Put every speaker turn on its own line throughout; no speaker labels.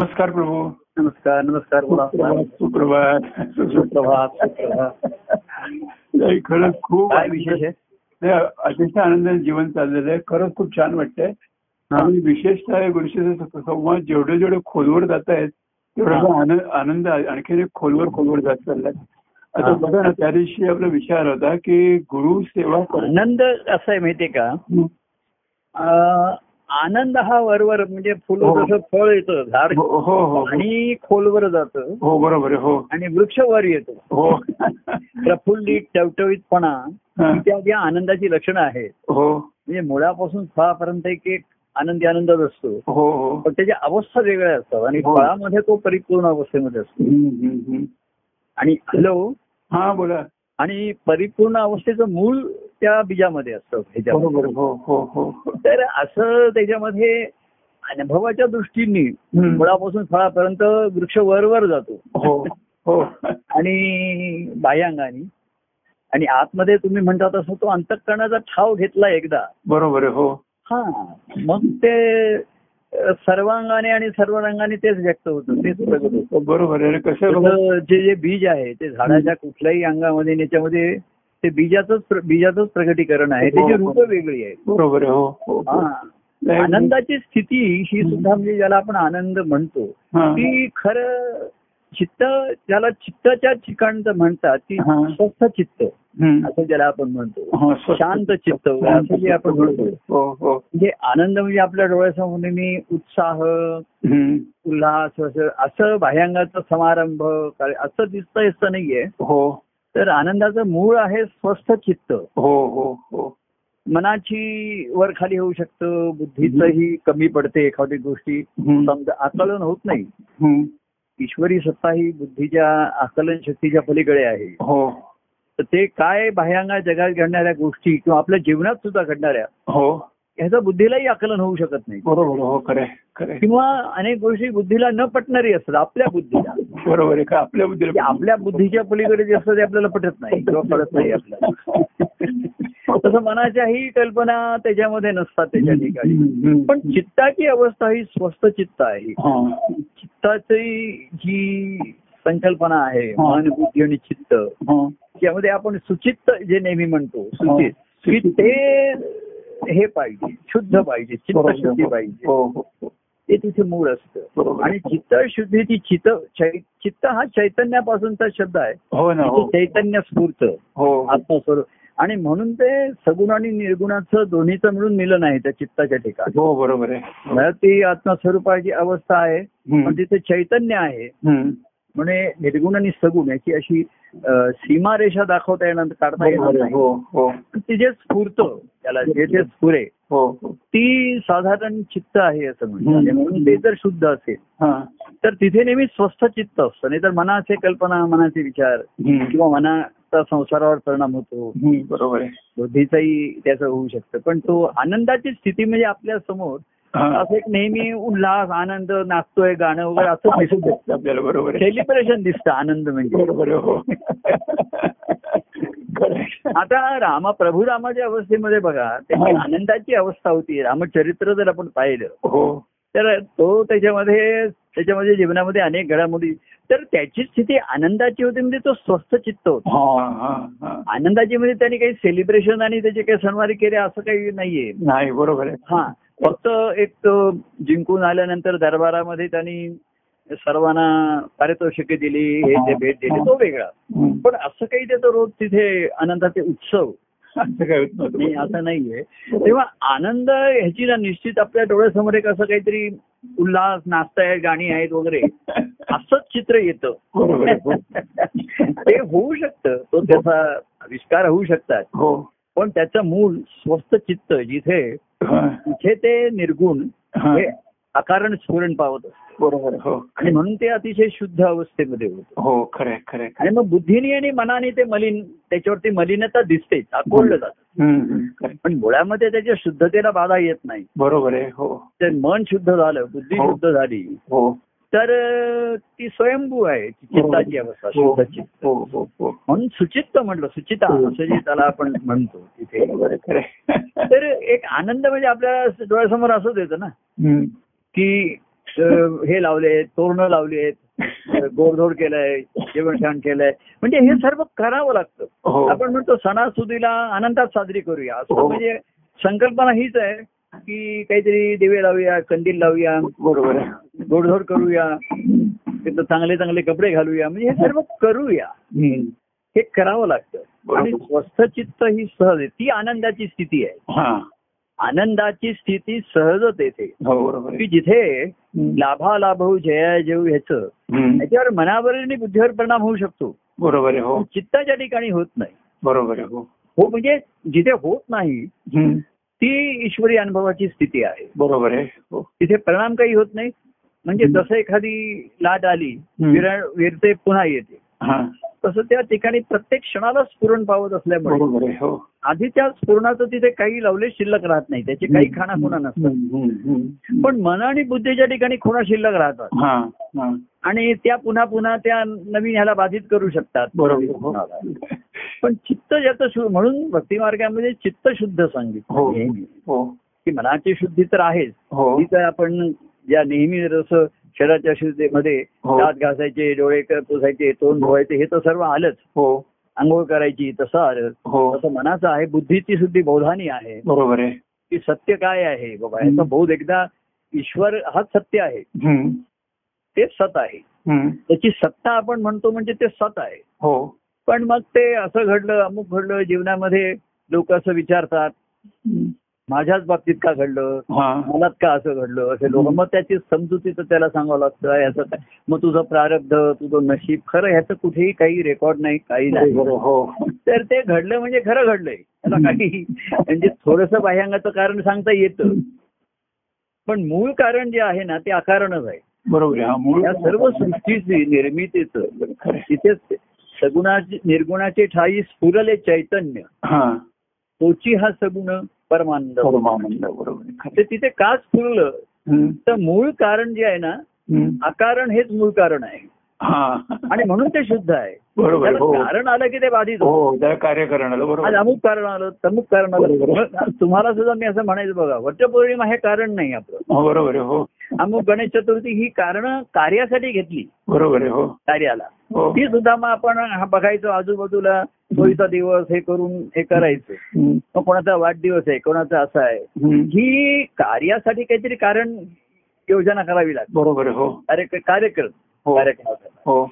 नमस्कार प्रभू
नमस्कार नमस्कार बोला
सुप्रभात सुप्रभात
सुप्रभात सुप्रभात
नाही, खरंच खूप
काय विशेष आहे
नाही, अतिशय आनंदाने जीवन चाललेलं आहे खरंच खूप छान वाटतंय आणि विशेषतः गुरुशीचं संवाद जेवढे जेवढे खोलवर जात आहेत तेवढा
हा.
आनंद आनंद आणखीन एक खोलवर खोलवर जात चाललाय आता
हा.
बघा ना त्या दिवशी आपला विचार होता की गुरु सेवा करणं
आनंद असं आहे माहितीये का अं, आनंद हा वरवर म्हणजे फुलं
हो.
जसं फळ येतं झाड
हो हो हो, हो
आणि खोलवर जातं
हो बरोबर आहे, हो
आणि वृक्ष वर येतो
हो
प्रफुल्लित टवटवीतपणा
हा,
ही त्या ज्या आनंदाची लक्षणं आहेत
हो
म्हणजे मुळापासून फळापर्यंत एक एक आनंदी आनंदच असतो
हो हो
पण त्याच्या अवस्था वेगळ्या असतात आणि
हो.
फळामध्ये तो परिपूर्ण अवस्थेमध्ये असतो
हम्म, हम्म, हम्म.
आणि हॅलो
हा बोला
आणि परिपूर्ण अवस्थेचं मूळ त्या बीजामध्ये असतं ह्याच्यामध्ये.
बरोबर हो हो हो
तर असं त्याच्यामध्ये अनुभवाच्या दृष्टीने
हम्म.
मुळापासून फळापर्यंत वृक्ष वरवर जातो
हो हो
आणि बाह्यांगाने आणि आतमध्ये तुम्ही म्हणता तसं तो अंतकरणाचा ठाव घेतला एकदा
बरोबर आहे, हो
हा मग ते अ, सर्वांगाने आणि सर्व रंगाने तेच व्यक्त होतं तेच प्रगत होतं
हो, बरोबर आहे कसं आहे बघा
त्याचं जे जे बीज आहे ते झाडाच्या कुठल्याही अंगामध्ये आणि याच्यामध्ये ते बीजाचंच प्र- बीजाचंच प्रगटीकरण आहे त्याची रूप वेगळी आहेत
बरोबर आहे, हो हो हो.
हा. आनंदाची स्थिती ही सुद्धा म्हणजे ज्याला आपण आनंद म्हणतो
हा.
ती खरं चित्त ज्याला चित्ताच्या ठिकाणचं म्हणतात ती
हा.
स्वस्थ चित्त
हम्म. हो,
असं ज्याला आपण म्हणतो
हा, स्वस्थ.
शांत चित्त वगैरे असं जे आपण म्हणतो
हो हो
म्हणजे आनंद म्हणजे आपल्या डोळ्यासमोर नेहमी उत्साह
हम्म.
उल्हास असं असं बाह्यांगाचा समारंभ काय- असं दिसतं असं नाहीये
हो
तर आनंदाचं मूळ आहे स्वस्थ चित्त
हो हो हो
मनाची वर खाली होऊ शकतं बुद्धीचंही कमी पडते एखादी गोष्टी
हम्म.
समजा आकलन होत नाही
हम्म.
ईश्वरी सत्ता ही बुद्धीच्या आकलन शक्तीच्या पलीकडे आहे
हो
तर ते काय बाह्यांगा जगात घडणाऱ्या गोष्टी किंवा आपल्या जीवनात सुद्धा घडणाऱ्या
हो
ह्याचं बुद्धीलाही आकलन होऊ शकत नाही
बरोबर हो खरे खरे
किंवा अनेक गोष्टी बुद्धीला न पटणारी असतात आपल्या बुद्धीला
बरोबर आहे का आपल्या
म्हणजे आपल्या बुद्धीच्या पलीकडे जे असतं ते आपल्याला पटत नाही किंवा पडत नाही आपल्याला हो, तसं मनाच्याही कल्पना त्याच्यामध्ये नसतात त्याच्या ठिकाणी पण चित्ताची अवस्था ही स्वस्थ चित्त आहे चित्ताची जी संकल्पना आहे मन बुद्धी आणि चित्त यामध्ये आपण सुचित्त जे नेहमी म्हणतो सुचित की ते हे पाहिजे शुद्ध पाहिजे चित्तशुद्धी पाहिजे
हो हो हो.
ते तिथे मूळ असतं
बरोबर.
आणि चित्तशुद्धी ती चित्त चै- चित्त हा चैतन्यापासूनचा शब्द आहे
हो ना हो
म्हणजे चैतन्य स्फूर्त
हो
आत्मस्वरूप आणि म्हणून ते सगुण आणि निर्गुणाचं दोन्हीचं मिळून मिलन आहे त्या चित्ताच्या ठिकाणी
हो बरोबर आहे हो.
मला ती आत्मस्वरूपाची अवस्था आहे
हम्म.
पण तिथे चैतन्य आहे
हम्म.
म्हणजे निर्गुण आणि सगुण याची अशी अ, सीमारेषा दाखवता येणार काढता येणार
बरोबर आहे.
नाही
हो हो
ती जे स्फूर्त त्याला जे जे स्फुरे
हो हो.
ती साधारण चित्त आहे असं म्हणतात
हम्म.
म्हणून ते जर शुद्ध असेल
हा.
तर तिथे नेहमी स्वस्थ चित्त असतं नाहीतर मनाचे कल्पना मनाचे विचार
हम्म.
किंवा मनाचा संसारावर परिणाम होतो
हम्म. बरोबर आहे
बुद्धीचाही त्याचं होऊ शकतं पण तो आनंदाची स्थिती म्हणजे आपल्या समोर
हा.
असं एक नेहमी उल्हास आनंद नाचतोय गाणं वगैरे असं
असं
दिसत
दिसतं आपल्याला बरोबर आहे
सेलिब्रेशन दिसतं आनंद म्हणजे
बरोबर आहे हो खरं आहे.
आता रामा प्रभू रामाच्या अवस्थेमध्ये बघा त्याची
हा.
आनंदाची अवस्था होती रामचरित्र जर आपण पाहिलं
हो
तर तो त्याच्यामध्ये त्याच्यामध्ये जीवनामध्ये अनेक घडामोडी तर त्याची स्थिती आनंदाची होती म्हणजे तो स्वस्थ चित्त होता
हा हा हा
आनंदाची म्हणजे त्यांनी काही सेलिब्रेशन आणि त्याचे काही सणवारी केले असं काही नाहीये
नाही बरोबर आहे
हा फक्त एक तो जिंकून आल्यानंतर दरबारामध्ये त्यांनी सर्वांना पारितोषिके दिली हे जे भेट दिली तो वेगळा
हम्म.
पण असं काही त्याचं रोज तिथे आनंदाचे उत्सव
असं काय होत
नाही
नव्हतं
असं नाहीये तेव्हा आनंद ह्याची ना निश्चित आपल्या डोळ्यासमोर एक असं काहीतरी उल्हास नाचताय गाणी आहेत वगैरे असंच चित्र येतं
बरोबर आहे. हो.
ते होऊ शकतं तो त्याचा आविष्कार होऊ शकतात
हो
पण त्याचं मूळ स्वस्थ चित्त जिथे
हा.
तिथे ते निर्गुण
हा.
हे अकारण स्फुरण पावत असतं
बरोबर आहे. हो
आणि म्हणून ते अतिशय शुद्ध अवस्थेमध्ये होतं
हो खरे खरे
आणि मग बुद्धीने आणि मनाने ते मलिन त्याच्यावरती मलिनता दिसतेच आकोळलं जातं पण मुळामध्ये त्याच्या शुद्धतेला बाधा येत नाही
बरोबर आहे हो
तर मन शुद्ध झालं बुद्धी
हो.
शुद्ध झाली
हो
तर अं, ती स्वयंभू आहे ती चित्ताची अवस्था
हो
शुद्ध चित्त
हो हो हो
म्हणून सुचित्त म्हटलं सुचिता
हो.
असं जे त्याला आपण म्हणतो तिथे
बरोबर आहे खरे
तर एक आनंद म्हणजे आपल्या डोळ्यासमोर असंच येतं ना
हम्म.
की अं, हे लावले तोरणं लावली आहेत गोडधोड केलंय जेवणखाण केलंय म्हणजे हे सर्व करावं लागतं
हो
आपण म्हणतो सणासुदीला आनंदात साजरी करूया असं
हो.
म्हणजे संकल्पना हीच आहे की काहीतरी दिवे लावूया कंदील लावूया
बरोबर आहे
गोडधोड करूया तिथं चांगले चांगले कपडे घालूया म्हणजे हे सर्व करूया
हम्म.
हे करावं लागतं
बरोबर.
आणि स्वस्थ चित्त ही सहज आहे. ती आनंदाची स्थिती आहे
हा
आनंदाची स्थिती सहजच येते
हो बरोबर
की
आहे.
जिथे
हम्म.
लाभालाभव जया जेव ह्याचं
हम्म.
त्याच्यावर मनावर आणि बुद्धीवर परिणाम होऊ शकतो
बरोबर आहे हो
चित्ताच्या ठिकाणी होत नाही
बरोबर आहे हो
हो म्हणजे जिथे होत नाही
हम्म.
ती ईश्वरी अनुभवाची स्थिती आहे
बरोबर आहे हो
तिथे परिणाम काही होत नाही म्हणजे
हम्म.
जसं एखादी लाट आली
हम्म.
विरा- विरते पुन्हा येते
हा
तसं त्या ठिकाणी प्रत्येक क्षणाला स्फुरण पावत असल्यामुळे
बरोबर आहे हो
आधी त्या स्फुरणाचं तिथे काही लावले शिल्लक राहत नाही त्याची काही खाणा खुणा नसतात
हम्म, हम्म, हम्म.
पण मन आणि बुद्धीच्या ठिकाणी खुणा शिल्लक राहतात
हा हा
आणि त्या पुन्हा पुन्हा त्या नवीन ह्याला बाधित करू शकतात
बरोबर हो
पण चित्त ज्याचं शु- म्हणून भक्ती मार्गामध्ये चित्त शुद्ध
हो
सांगितलं नेहमी.
हो
की मनाची शुद्धी तर आहेच
हो
ती तर आपण ज्या नेहमी जसं शरीराच्या शुद्धीमध्ये
हो.
दात घासायचे डोळे क- पुसायचे तोंड धुवायचे हे तर सर्व आलंच
हो
आंघोळ करायची तसं आलं
हो
तसं मनाचं आहे बुद्धीची शुद्धी बोधानी आहे
बरोबर आहे
की सत्य काय आहे बाबा
हम्म.
याचा बोध एकदा ईश्वर हाच सत्य आहे
हम्म,
तेच सत आहे
हम्म.
त्याची सत्ता आपण म्हणतो म्हणजे ते सत आहे
हो
पण मग ते असं घडलं अमुक घडलं जीवनामध्ये लोक असं विचारतात
हम्म.
माझ्याच बाबतीत का घडलं
हा
मलाच का असं घडलं असे लोक मग त्याची समजुतीचं त्याला सांगावं लागतं आहे असं काय मग तुझं प्रारब्ध तुझं नशीब खरं ह्याचं कुठेही काही रेकॉर्ड नाही काही
बरोबर
नाही
आहे, हो
तर ते घडलं म्हणजे खरं घडलंय त्याला काही म्हणजे थोडंसं बाह्यांगाचं कारण सांगता येतं पण मूळ कारण जे आहे ना ते अकारणच आहे
बरोबर आहे हा मूळ
या सर्व सृष्टीची निर्मितीचं
खरं आहे.
तिथेच सगुणाचे निर्गुणाचे ठाई स्फुरले चैतन्य
हा
तोची हा सगुण परमानंद
हो. परमानंद बरोबर आहे, खरं
ते
आहे.
तिथे का स्फुरलं
हम्म,
तर मूळ कारण जे आहे ना
हम्म.
अकारण हेच मूळ कारण आहे
हा
आणि म्हणून ते शुद्ध आहे
बरोबर आहे,
त्याला
हो
कारण आलं की ते बाधित होतं.
हो त्याला कार्य करणार बरोबर
आज
आहे.
अमुक कारण आलं तमुक कारण आलं
बरोबर.
मग तुम्हाला सुद्धा मी असं म्हणायचं बघा वटपौर्णिमा हे कारण नाही आपलं
हो बरोबर आहे हो
अमुक गणेश चतुर्थी ही कारण कार्यासाठी घेतली
बरोबर आहे हो
कार्याला
हो
ती सुद्धा मग आपण हा बघायचो आजूबाजूला सोयीचा दिवस हे करून हे करायचं
हम्म,
मग कोणाचा वाढदिवस आहे कोणाचा असा आहे
हम्म.
ही कार्यासाठी काहीतरी कारण योजना करावी लागते
बरोबर आहे हो
कार्य कार्यक्रम
हो.
कार्यक्रम
हो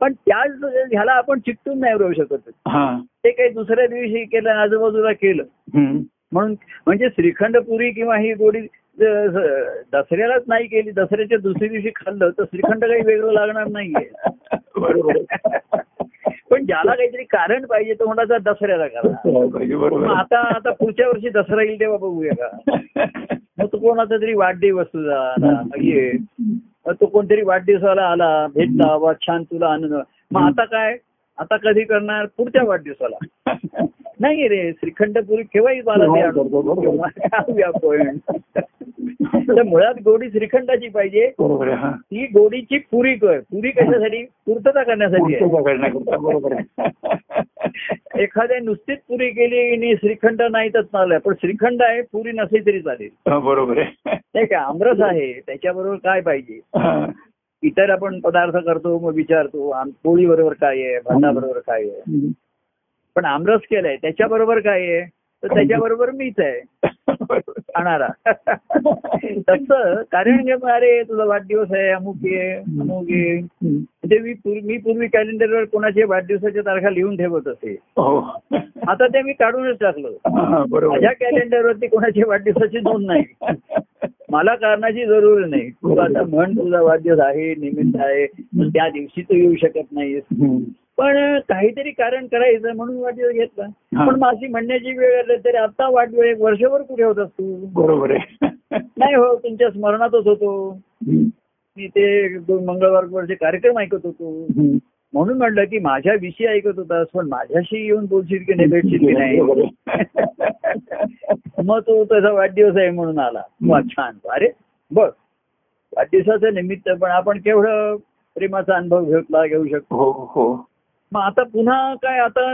पण त्याच ह्याला आपण चिकटून नाही राहू शकत
हा
ते काही दुसऱ्या दिवशी केलं आणि आजूबाजूला केलं
हम्म.
म्हणून म्हणजे श्रीखंड पुरी किंवा ही गोडी ज- ज- दसऱ्यालाच नाही केली दसऱ्याच्या दुसऱ्या दिवशी खाल्लं तर श्रीखंड काही वेगळं लागणार नाहीये
बरोबर आहे.
पण ज्याला काहीतरी कारण पाहिजे तो म्हणायचा दसऱ्याला करा
करायला पाहिजे, बरोबर
मग
आहे.
आता आता पुढच्या वर्षी दसरा येईल तेव्हा बघूया का मग तो कोणाचा तरी वाढदिवस तुझा आला मग ये मग तो कोणतरी वाढदिवसाला आला भेटला वा छान तुला आनंद मग आता काय आता कधी करणार पुढच्या वाढदिवसाला नाही रे श्रीखंडपुरी केव्हाही मला ते आणू.
हो, बरोबर आहे.
खाऊया आपण तर मुळात गोडी श्रीखंडाची पाहिजे
बरोबर आहे, हा.
ती गोडीची पुरी कर पुरी कशासाठी पूर्तता करण्यासाठी
पुढचं
आहे
पकडण्याकरता, बरोबर आहे.
एखाद्या नुसतीच पुरी केली आणि श्रीखंड नाही तर चाललंय पण श्रीखंड आहे पुरी नसली तरी चालेल
हा, बरोबर आहे
नाही का आमरस आहे त्याच्याबरोबर काय पाहिजे
हा.
इतर आपण पदार्थ करतो मग विचारतो आम- पोळी बरोबर काय आहे भाताबरोबर काय आहे
हम्म.
पण आमरस केलाय त्याच्याबरोबर काय आहे तर त्याच्याबरोबर मीच आहे
बरोबर.
खाणारा तसं कारण की मग अरे तुझा वाढदिवस आहे अमुक आहे अमुक आहे
हम्म.
म्हणजे मी पूर्वी मी पूर्वी कॅलेंडरवर कोणाच्या वाढदिवसाच्या तारखा लिहून ठेवत असे
हो
आता ते मी काढूनच टाकलं
हा, बरोबर
माझ्या कॅलेंडरवरती कोणाच्या वाढदिवसाची नोंद नाही मला कारणाची जरूर नाही तू आता म्हण तुझा वाढदिवस आहे निमित्त आहे पण त्या दिवशी तू येऊ शकत नाहीस
हम्म.
पण काहीतरी कारण करायचं म्हणून वाढदिवस घेतला
हा.
पण माझी म्हणण्याची वेळ आली तरी आता वाढदिवस एक वर्षभर कुठे होतास तू
बरोबर आहे
नाही हो तुमच्या स्मरणातच होतो
हम्म.
मी ते दोन मंगळवारचे कार्यक्रम ऐकत होतो
हम्म.
म्हणून म्हटलं की माझ्याविषयी ऐकत होतास पण माझ्याशी येऊन बोलशील की नाही भेटशील की नाही मग तो त्याचा वाढदिवस आहे म्हणून आला वा छान अरे बघ वाढदिवसाचं निमित्त पण आपण केवढं प्रेमाचा अनुभव घेतला घेऊ शकतो
हो हो
मग आता पुन्हा काय आता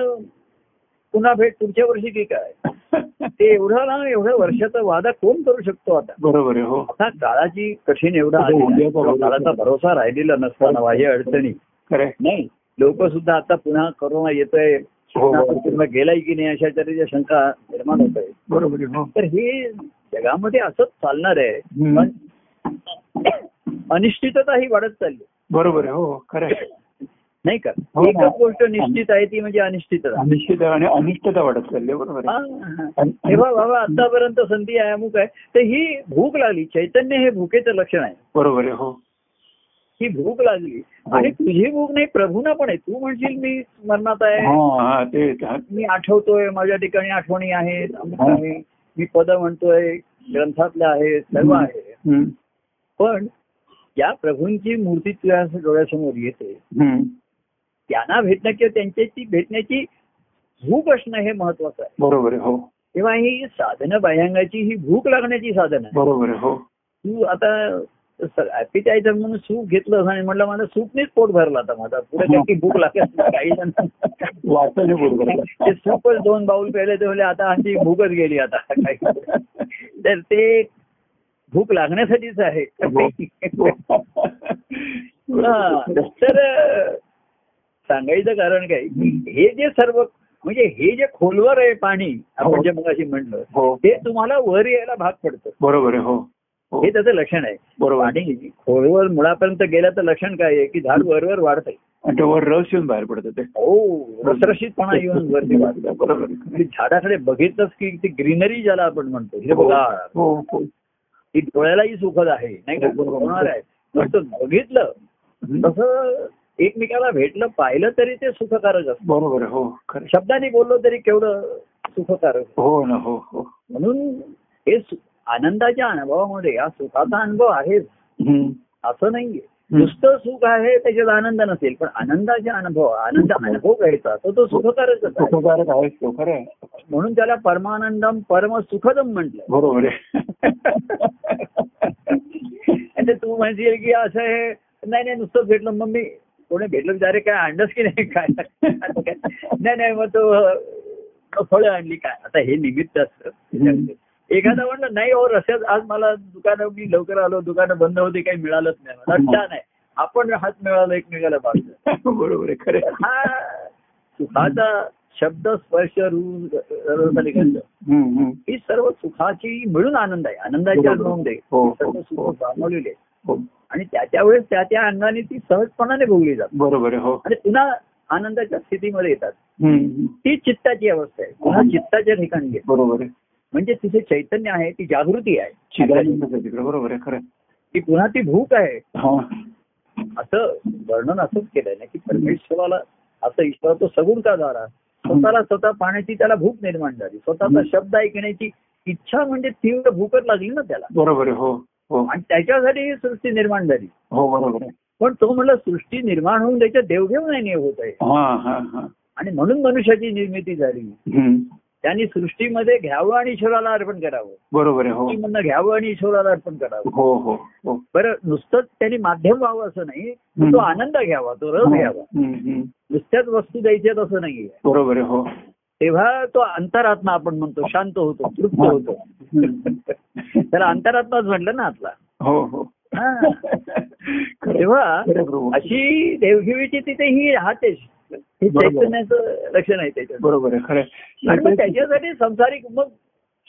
पुन्हा भेट पुढच्या वर्षी की काय ते एवढं ना एवढ्या वर्षाचा वादा कोण करू शकतो आता
बरोबर आहे हो
आता काळाची कठीण एवढा
हो,
आलेला आहे.
उद्याचा भरोसा.
काळाचा भरोसा राहिलेला नसताना माझ्या अडचणी
खरं आहे.
नाही लोक सुद्धा आता पुन्हा करोना येतोय
हो, हो.
पूर्ण गेलाय की नाही अशा तऱ्हेच्या शंका निर्माण होत आहे
बरोबर आहे हो
तर हे जगामध्ये असंच चालणार आहे
हम्म.
पण अनिश्चितता ही वाढत चालली
बरोबर आहे हो खरं आहे.
नाही का
हो ना.
एकच गोष्ट निश्चित आहे ती म्हणजे अनिश्चितता
अनिश्चित आणि अनिष्टता वाढत चालली आहे, बरोबर आहे
हा, हा. तेव्हा बाबा आतापर्यंत संधी आहे अमुक आहे तर ही भूक लागली चैतन्य हे भूकेचं लक्षण आहे
बरोबर आहे हो
ही भूक लागली आणि तुझी भूक नाही प्रभूना पण आहे तू म्हणशील मी स्मरणात आहे
हा हा ते हा.
मी आठवतोय माझ्या ठिकाणी आठवणी आहेत अमुक
हा.
आहे. मी पद म्हणतोय ग्रंथातल्या आहे सर्व आहे
हम्म.
पण या प्रभूंची मूर्ती तुझ्या डोळ्यासमोर येते
हम्म.
त्यांना भेटणं किंवा त्यांच्याची भेटण्याची भूक असणं हे महत्वाचं आहे
बरोबर आहे हो
तेव्हा ही साधनं बाह्यांगाची ही भूक लागण्याची साधन आहे
बरोबर आहे हो
तू आता ऍपिटायझर म्हणून सूप घेतलं आणि म्हटलं मला सूपनेच पोट भरला आता माझा पुढे
हो.
काही भूक लागत नाही, काही नाही.
वाचन आहे
ते
बरोबर
सूपच दोन बाऊल पेले ते म्हणले आता आमची भूकच गेली आता काही तर ते भूक लागण्यासाठीच आहे
हो,
हा, तर अं, सांगायचं कारण काय की हे जे सर्व म्हणजे हे जे खोलवर आहे पाणी आपण जे मगाशी म्हणलं
हो
ते तुम्हाला वर यायला भाग पडतं
बरोबर आहे हो हो.
हे त्याचं लक्षण आहे
बरोबर आहे.
पाणी खोलवर मुळापर्यंत गेलं तर लक्षण काय आहे की झाड वरवर वाढतंय
आणि ते वर रस येऊन बाहेर पडत ते
हो रसरशीतपणा येऊन वरती वाढतं
बरोबर आहे.
आणि झाडाकडे बघितलंच की ती ग्रीनरी ज्याला आपण म्हणतो हिरवगार
हो हो
ती डोळ्यालाही सुखद आहे नाही का
बरोबर.
होणार आहे नुसतं बघितलं
हम्म.
तसं एकमेकाला भेटलं पाहिलं तरी ते सुखकारक असतं
बरोबर आहे हो खरं आहे.
शब्दाने बोललो तरी केवढं सुखकारक
हो ना हो हो
म्हणून हे सु- आनंदाच्या अनुभवामध्ये हा सुखाचा अनुभव आहे
हम्म.
असं नाहीये
हम्म.
नुसतं सुख आहे त्याच्यात आनंद नसेल पण आनंदाचा अनुभव आनंद
हो.
अनुभव घ्यायचा तर तो सुखकारकच आहे
सुखकारक आहेच तो खरं आहे.
म्हणून त्याला परमानंदम परम सुखदम म्हटलं
बरोबर आहे
आणि ते तू म्हणशील की असं हे नाही नाही नुसतं भेटलं मग मी कोणी भेटलं विचारे काय आणलंच की नाही काय नाही नाही मग तो अं, फळं आणली काय आता हे निमित्त असतं
हम्म.
एखादा म्हणलं नाही हो रस्त्यात आज मला दुकानं मी लवकर आलो दुकानं बंद होती काही मिळालंच नाही मला
हम्म.
छान आहे आपण हात मिळाला एकमेकाला बाजूला
बरोबर आहे खरं आहे.
हा सुखाचा शब्द स्पर्श रूप रस आणि गंध
हम्म, हम्म.
ही सर्व सुखाची मिळून आनंद आहे आनंदाची
बरोबर.
अनुभव आहे
हो, हो,
सर्व सुख
हो.
जाणवलेले आहे.
हो.
आणि त्या त्या वेळेस त्या त्या अंगाने ती सहजपणाने भोगली जातात
बरोबर आहे हो
आणि पुन्हा आनंदाच्या स्थितीमध्ये येतात
हम्म.
ती चित्ताची अवस्था आहे पुन्हा चित्ताच्या ठिकाणी गेली.
बरोबर आहे
म्हणजे तिचे चैतन्य आहे ती जागृती आहे
चिदानंद आहे तिकडे बरोबर आहे खरं आहे.
ती पुन्हा ती भूक आहे
हा
असं वर्णन असंच केलंय ना की परमेश्वराला असं ईश्वर तो सगुण का झाला स्वतःला स्वतः पाण्याची त्याला भूक निर्माण झाली स्वतःचा
हम्म.
शब्द ऐकण्याची इच्छा म्हणजे तीव्र भूकच लागली ना त्याला
बरोबर आहे हो हो
आणि त्याच्यासाठी ही सृष्टी निर्माण झाली
हो बरोबर आहे
पण तो म्हणला सृष्टी निर्माण होऊन त्याच्या देवघेव नाही होत आहे
हा हा हा
आणि म्हणून मनुष्याची निर्मिती झाली
हम्म.
त्यांनी सृष्टीमध्ये घ्यावं आणि ईश्वराला अर्पण करावं
बरोबर आहे हो
सृष्टी म्हणणं घ्यावं आणि ईश्वराला अर्पण करावं
हो हो हो
बरं नुसतंच त्यांनी माध्यम व्हावं असं नाही तर तो
हम्म. हो.
आनंद घ्यावा तो रस घ्यावा
हम्म, हम्म.
नुसत्याच वस्तू द्यायच्यात असं नाहीये
बरोबर आहे हो
तेव्हा तो अंतरात्मा आपण म्हणतो शांत होतो तृप्त
हो.
होतो
हम्म.
त्याला अंतरात्माच म्हटलं ना आतला
हो हो
हा.
खरं आहे.
तेव्हा
खरं आहे प्रभू.
अशी देवघेवीची तिथे ही राहते हे
बरोबर.
चैतन्याचं लक्षण आहे त्याच्यात
बरोबर आहे खरं आहे.
आणि मग त्याच्यासाठी संसारिक मग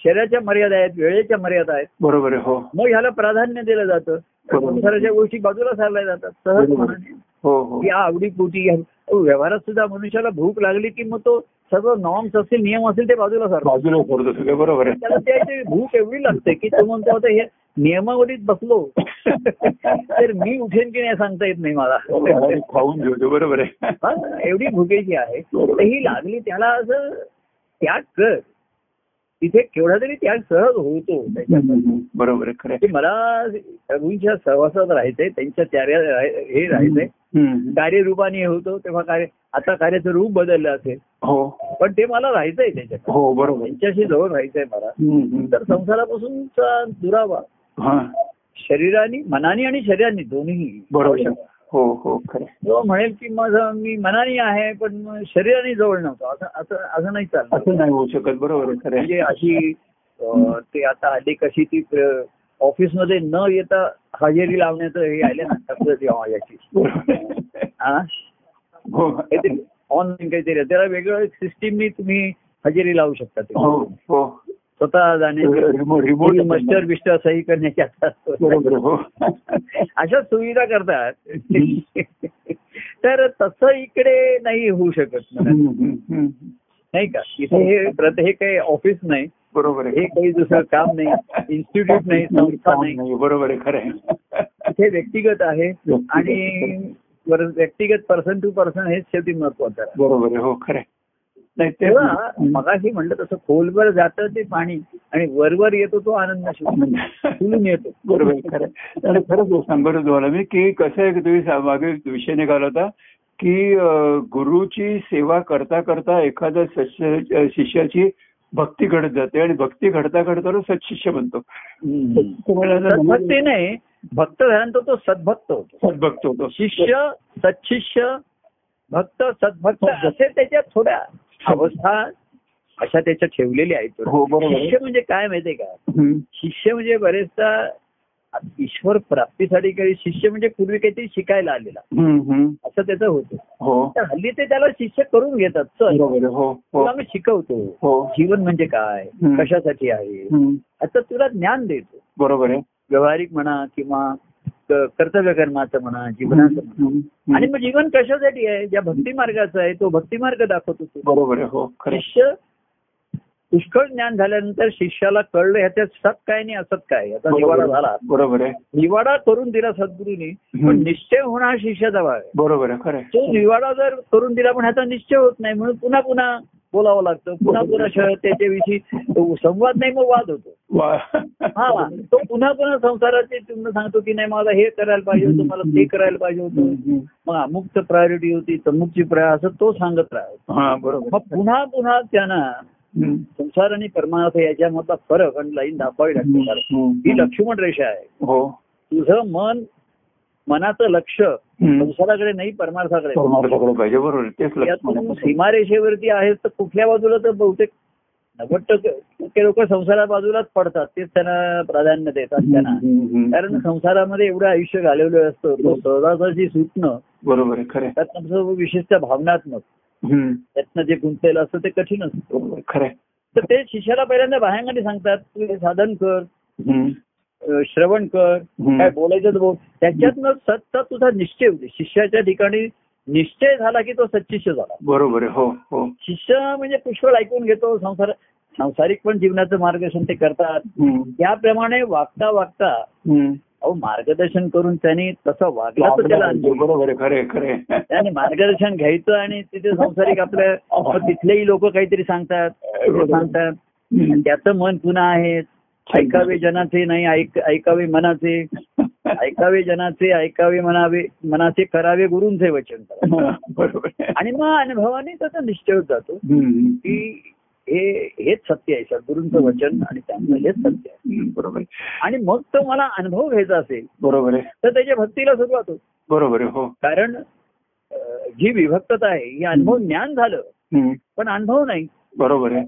शरीराच्या मर्यादा आहेत वेळेच्या मर्यादा आहेत
बरोबर आहे हो
मग ह्याला प्राधान्य दिलं जातं
बरोबर.
संसाराच्या गोष्टी बाजूला सारल्या जातात सहज
बरोबर.
मनाने.
हो हो
या आवडीपोटी या- अहो, व्यवहारात सुद्धा मनुष्याला भूक लागली की मग तो सर्व नॉर्म्स असतील नियम असतील ते बाजूला सारतो
बाजूला करतो सगळे बरोबर
त्याला
आहे
त्याची भूक एवढी लागते की तो म्हणतो आता हे नियमावलीत बसलो तर मी उठेन की नाही सांगता येत नाही मला
बरोबर आहे. खाऊन घेतो बरोबर आहे
हा, एवढी भुकेची आहे तर ही लागली त्याला असं त्याग कर तिथे केवढा तरी त्याग सहज होतो
बरोबर आहे खरं आहे.
की मला प्रभूंच्या सहवासात राहायचंय त्यांच्या कार्य हे राहायचंय
हम्म.
कार्यरूपाने हे होतो तेव्हा कार्य आता कार्याचं रूप बदललं असेल
हो
पण ते मला राहायचंय त्याच्यात
हो बरोबर आहे.
त्यांच्याशी जवळ राहायचंय मला
हम्म,
तर
हम्म.
संसारापासूनचा दुरावा
हा
शरीराने मनाने आणि शरीराने दोन्ही
बरोबर
आवश्यक.
हो हो खरं
तो म्हणेल की माझं मी मनाने आहे पण मग शरीराने जवळ नव्हतो असं असं असं नाही चालणार
असं नाही होऊ शकत बरोबर आहे खरं
म्हणजे
आहे.
अशी अं, ते आता हल्ली कशी ती ऑफिसमध्ये न येता हजेरी लावण्याचं हे आले ना पद्धती याची
बरोबर आहे.
हा?
हो
काहीतरी ऑनलाईन काहीतरी आहे. त्याला वेगळं सिस्टीमनी तुम्ही हजेरी लावू शकता ते.
हो हो
स्वतः जाण्याची
रिमोट
कोणी
रिमोट
मस्टर बिस्टर सही करण्याची आता सोय.
बरोबर हो
अशा सुविधा करतात तर तसं इकडे नाही होऊ शकत मला.
हम्म, हम्म, हम्म.
नाही का इथे हे प्रत- हे काही ऑफिस नाही
बरोबर आहे
हे काही दुसरं काम नाही इन्स्टिट्यूट नाही संस्था
काम
नाही
नाही, बरोबर आहे खरं आहे
हे व्यक्तिगत आहे
व्यक्तिगत.
आणि वर- व्यक्तिगत पर्सन टू पर्सन हेच शेवटी महत्वाचं आहे
बरोबर आहे हो खरं आहे. नाही ते
तेव्हा मगाशी म्हणलं तसं खोलवर जातं ते पाणी आणि वरवर येतो तो आनंद शिवून फुलून येतो
बरोबर आहे, खरं आहे. आणि खरंच सांगतो तुम्हाला मी की कसं आहे की तुम्ही सा- मागे एक विषय निघाला होता की अं, गुरुची सेवा करता करता एखाद्या सस्य- शिष्याची भक्ती घडत जाते आणि भक्ती घडता घडता तो सत्शिष्य बनतो
सद्भक्त ते नाही भक्त झाल्यानंतर तो सद्भक्त होतो
सद्भक्त होतो
शिष्य सच्शिष्य भक्त सद्भक्त
हो,
असे त्याच्या थोड्या अवस्था अशा त्याच्या ठेवलेल्या आहेत
हो, बरोबर आहे.
शिष्य म्हणजे काय माहितीये का
हम्म.
शिष्य म्हणजे बरेचदा ईश्वर प्राप्तीसाठी काही शिष्य म्हणजे पूर्वी काहीतरी शिकायला आलेला
हम्म, हम्म.
असं त्याचं होतं
हो
तर हल्ली ते त्याला शिष्य करून घेतात चल
बरोबर आहे, हो हो
तुला मी शिकवतो
हो
जीवन म्हणजे काय
हम्म.
कशासाठी आहे
हम्म.
आता तुला ज्ञान देतो
बरोबर आहे
व्यवहारिक म्हणा किंवा क- कर्तव्य कर्माचं म्हणा जीवनाचं म्हणा
हम्म, हम्म.
आणि मग जीवन कशासाठी आहे ज्या भक्ती मार्गाचा आहे तो भक्ती मार्ग दाखवतो तो
बरोबर आहे हो खरं आहे.
शिष्य पुष्कळ ज्ञान झाल्यानंतर शिष्याला कळलं ह्याच्यात सत काय नाही असत काय याचा
बरोबर
निवाडा
आहे.
झाला
बरोबर आहे
निवाडा करून दिला सद्गुरूने पण
हम्म.
निश्चय होणं हा शिष्याचा भाग आहे
बरोबर आहे खरं
तो
आहे.
निवाडा जर करून दिला पण ह्याचा निश्चय होत नाही म्हणून पुन्हा पुन्हा बोलावं लागतं पुन्हा पुन्हा शहर त्याच्याविषयी संवाद नाही मग वाद होतो हा
वा.
तो पुन्हा पुन्हा संसाराचे तुम्ही सांगतो की नाही मला हे करायला पाहिजे होतं मला ते करायला पाहिजे होतं
हम्म.
मग अमुकचं प्रायोरिटी होती तमुकची प्राय असं तो सांगत राहतो
हा बरोबर
मग पुन्हा पुन्हा त्यांना
हम्म.
संसार आणि परमार्थ याच्यामधला फरक आणि लाईन दाखवावी लागते कारण
हम्म.
ही लक्ष्मण रेषा आहे
हो
तुझं मन मनाचं लक्ष
हम्म.
संसाराकडे नाही परमार्थाकडे
परमार्थाकडे पाहिजे बरोबर आहे. तेच
यातून
लक्ष
सीमारेषेवरती आहेस तर कुठल्या बाजूला तर बहुतेक नव्वद टक्के- टक्के लोक संसारा बाजूलाच पडतात तेच त्यांना प्राधान्य देतात त्यांना कारण संसारामध्ये एवढं आयुष्य घालवलं असतं तो सहजासहजी सुटणं
बरोबर आहे खरे
त्यात तुमचं विशेषतः भावनात्मक त्यातनं जे गुंतलेलं असतं ते कठीण असतं
बरोबर खरे
तर ते शिष्याला पहिल्यांदा बाह्यांकडे सांगतात तू हे साधन कर अ, श्रवण कर
हम्म.
काय बोलायचं तर बोल त्याच्यातनं सतचा तुझा निश्चय होते शिष्याच्या ठिकाणी निश्चय झाला की तो सच्चिष्य झाला
बरोबर आहे हो हो
शिष्य म्हणजे पुष्कळ ऐकून घेतो संसार सांसारिक पण जीवनाचं मार्गदर्शन ते करतात
हम्म.
त्याप्रमाणे वागता वागता
हम्म.
अहो मार्गदर्शन करून त्यांनी तसं वागला तर त्याला अनुभव येईल.
बरोबर आहे खरे खरे
त्याने मार्गदर्शन घ्यायचं आणि तिथे संसारिक आपल्या मग तिथलेही लोक काहीतरी सांगतात ते सांगतात आणि त्याचं मन पुन्हा आहे ऐकावे जनाचे नाही ऐक ऐकावे मनाचे ऐकावे जनाचे ऐकावे मनावे मनाचे करावे गुरुंचे वचन करा.
बरोबर आहे.
आणि मग अनुभवाने त्याचा निश्चय होत जातो
हम्म.
की हे हेच सत्य आहे सद्गुरूंचं वचन आणि त्यामुळे हेच सत्य आहे
हम्म. बरोबर आहे.
आणि मग तो मला अनुभव घ्यायचा असेल
बरोबर आहे
तर त्याच्या भक्तीला सुरुवात होते
बरोबर आहे हो
कारण अं, जी विभक्तता आहे ही अनुभव ज्ञान झालं
हम्म.
पण अनुभव नाही
बरोबर आहे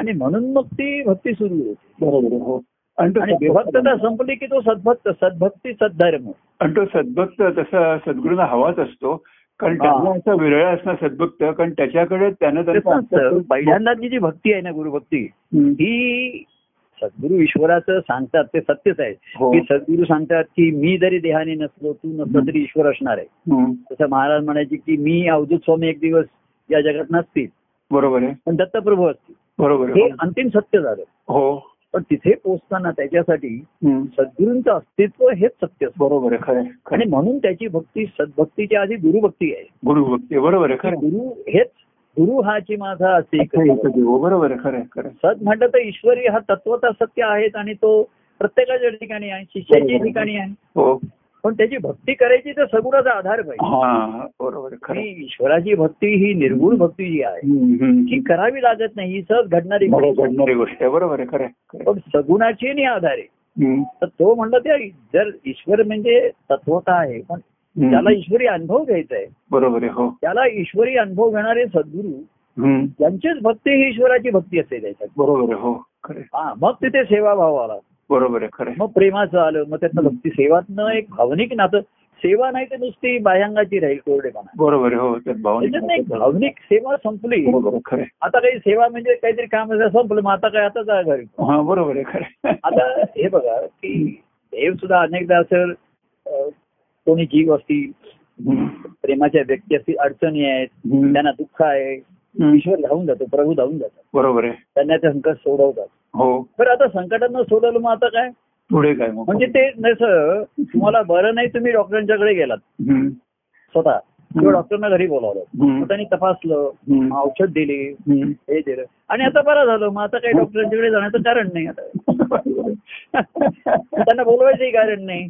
आणि म्हणून मग ती भक्ती सुरू होते
बरोबर आहे हो आणि
आणि
तो-
विभक्तता संपली की तो सद्भक्त सद्भक्ती सद्धर्म
आणि तो सद्भक्त तसा सद्गुरूंना हवाच असतो कारण त्यांना
हा.
असा विरळ असणं सद्भक्त कारण त्याच्याकडे त्यानं त्यांचा
तसंच पहिल्यांदा जी जी भक्ती आहे ना गुरुभक्ती
हम्म.
ही सद्गुरु ईश्वराचं सांगतात ते सत्यच आहे
हो.
की सद्गुरु सांगतात की मी जरी देहाने नसलो तू नसलो तरी ईश्वर असणार आहे
हम्म.
तसं महाराज म्हणायचे की मी अवधूत स्वामी एक दिवस या जगात नसतील
बरोबर आहे
पण दत्तप्रभू असतील
बरोबर आहे
हे अंतिम सत्य झालं
हो
पण तिथे पोहोचताना त्याच्यासाठी
हम्म.
सद्गुरूंचं अस्तित्व हेच सत्य असतं
बरोबर आहे खरं आहे, खरं
आणि
आहे.
म्हणून त्याची भक्ती सद्भक्तीच्या आधी गुरुभक्ती आहे
गुरुभक्ती आहे, बरोबर आहे
की
खरं आहे.
गुरु हेच गुरु हाची माझा असे एक
असं एक देव, हो, बरोबर आहे खरं आहे, खरं आहे.
सद म्हटलं तर ईश्वरी हा तत्वता सत्य आहेत आणि तो प्रत्येकाच्या ठिकाणी आहे शिष्याच्या ठिकाणी आहे
हो
पण त्याची भक्ती करायची तर सगुणाचा आधार पाहिजे
हा बरोबर आहे, खरं आहे.
ही ईश्वराची भक्ती ही निर्गुण भक्ती जी आहे
हम्म, हम्म.
ती करावी लागत नाही ही सहज घडणारी
बरोबर
गोष्ट आहे.
घडणारी गोष्ट आहे बरोबर आहे खरं आहे, खरं आहे.
पण सगुणाची नि आधार आहे
हम्म.
तर तो म्हणलं ते जर ईश्वर म्हणजे तत्वता आहे पण
हम्म.
त्याला ईश्वरी अनुभव घ्यायचा आहे
बरोबर आहे हो
त्याला ईश्वरी अनुभव घेणारे सद्गुरू
हम्म.
त्यांचीच भक्ती ही ईश्वराची भक्ती असते त्याच्यात
बरोबर आहे हो खरे
हा मग तिथे सेवा भाव आला
बरोबर आहे खरे
मग प्रेमाचं आलं मग त्यातनं भक्ती सेवातनं एक भावनिक नातं सेवा नाही तर नुसती बाह्यांगाची राहील कोरडेपणा
बरोबर आहे हो त्यात
त्याच्यात नाही,
भावनिक
भावनिक सेवा संपली
बरोबर आहे खरे
आता काही सेवा म्हणजे काहीतरी काम असं संपलं मग आता काय आता जा घरी
हा बरोबर आहे खरे
आता हे बघा की देव सुद्धा अनेकदा असं अ, कोणी जीव असतील
हम्म.
प्रेमाच्या व्यक्ती असतील अडचणी आहेत
हम्म.
त्यांना दुःख आहे
हम्म.
ईश्वर धावून जातो प्रभू धावून जातात
बरोबर आहे
त्यांना ते संकट सोडवतात
हो
तर आता संकटांना सोडवलं मग आता काय
पुढे काय मग
म्हणजे ते नसं तुम्हाला बरं नाही तुम्ही डॉक्टरांच्याकडे गेलात
हम्म.
स्वतः किंवा डॉक्टरना घरी बोलावलं
हम्म.
मग त्यांनी तपासलं
हम्म.
मग औषध दिली
हम्म.
हे दिलं आणि आता बरं झालं मग आता काही डॉक्टरांच्याकडे जाण्याचं कारण नाही आता त्यांना बोलवायचंही कारण नाही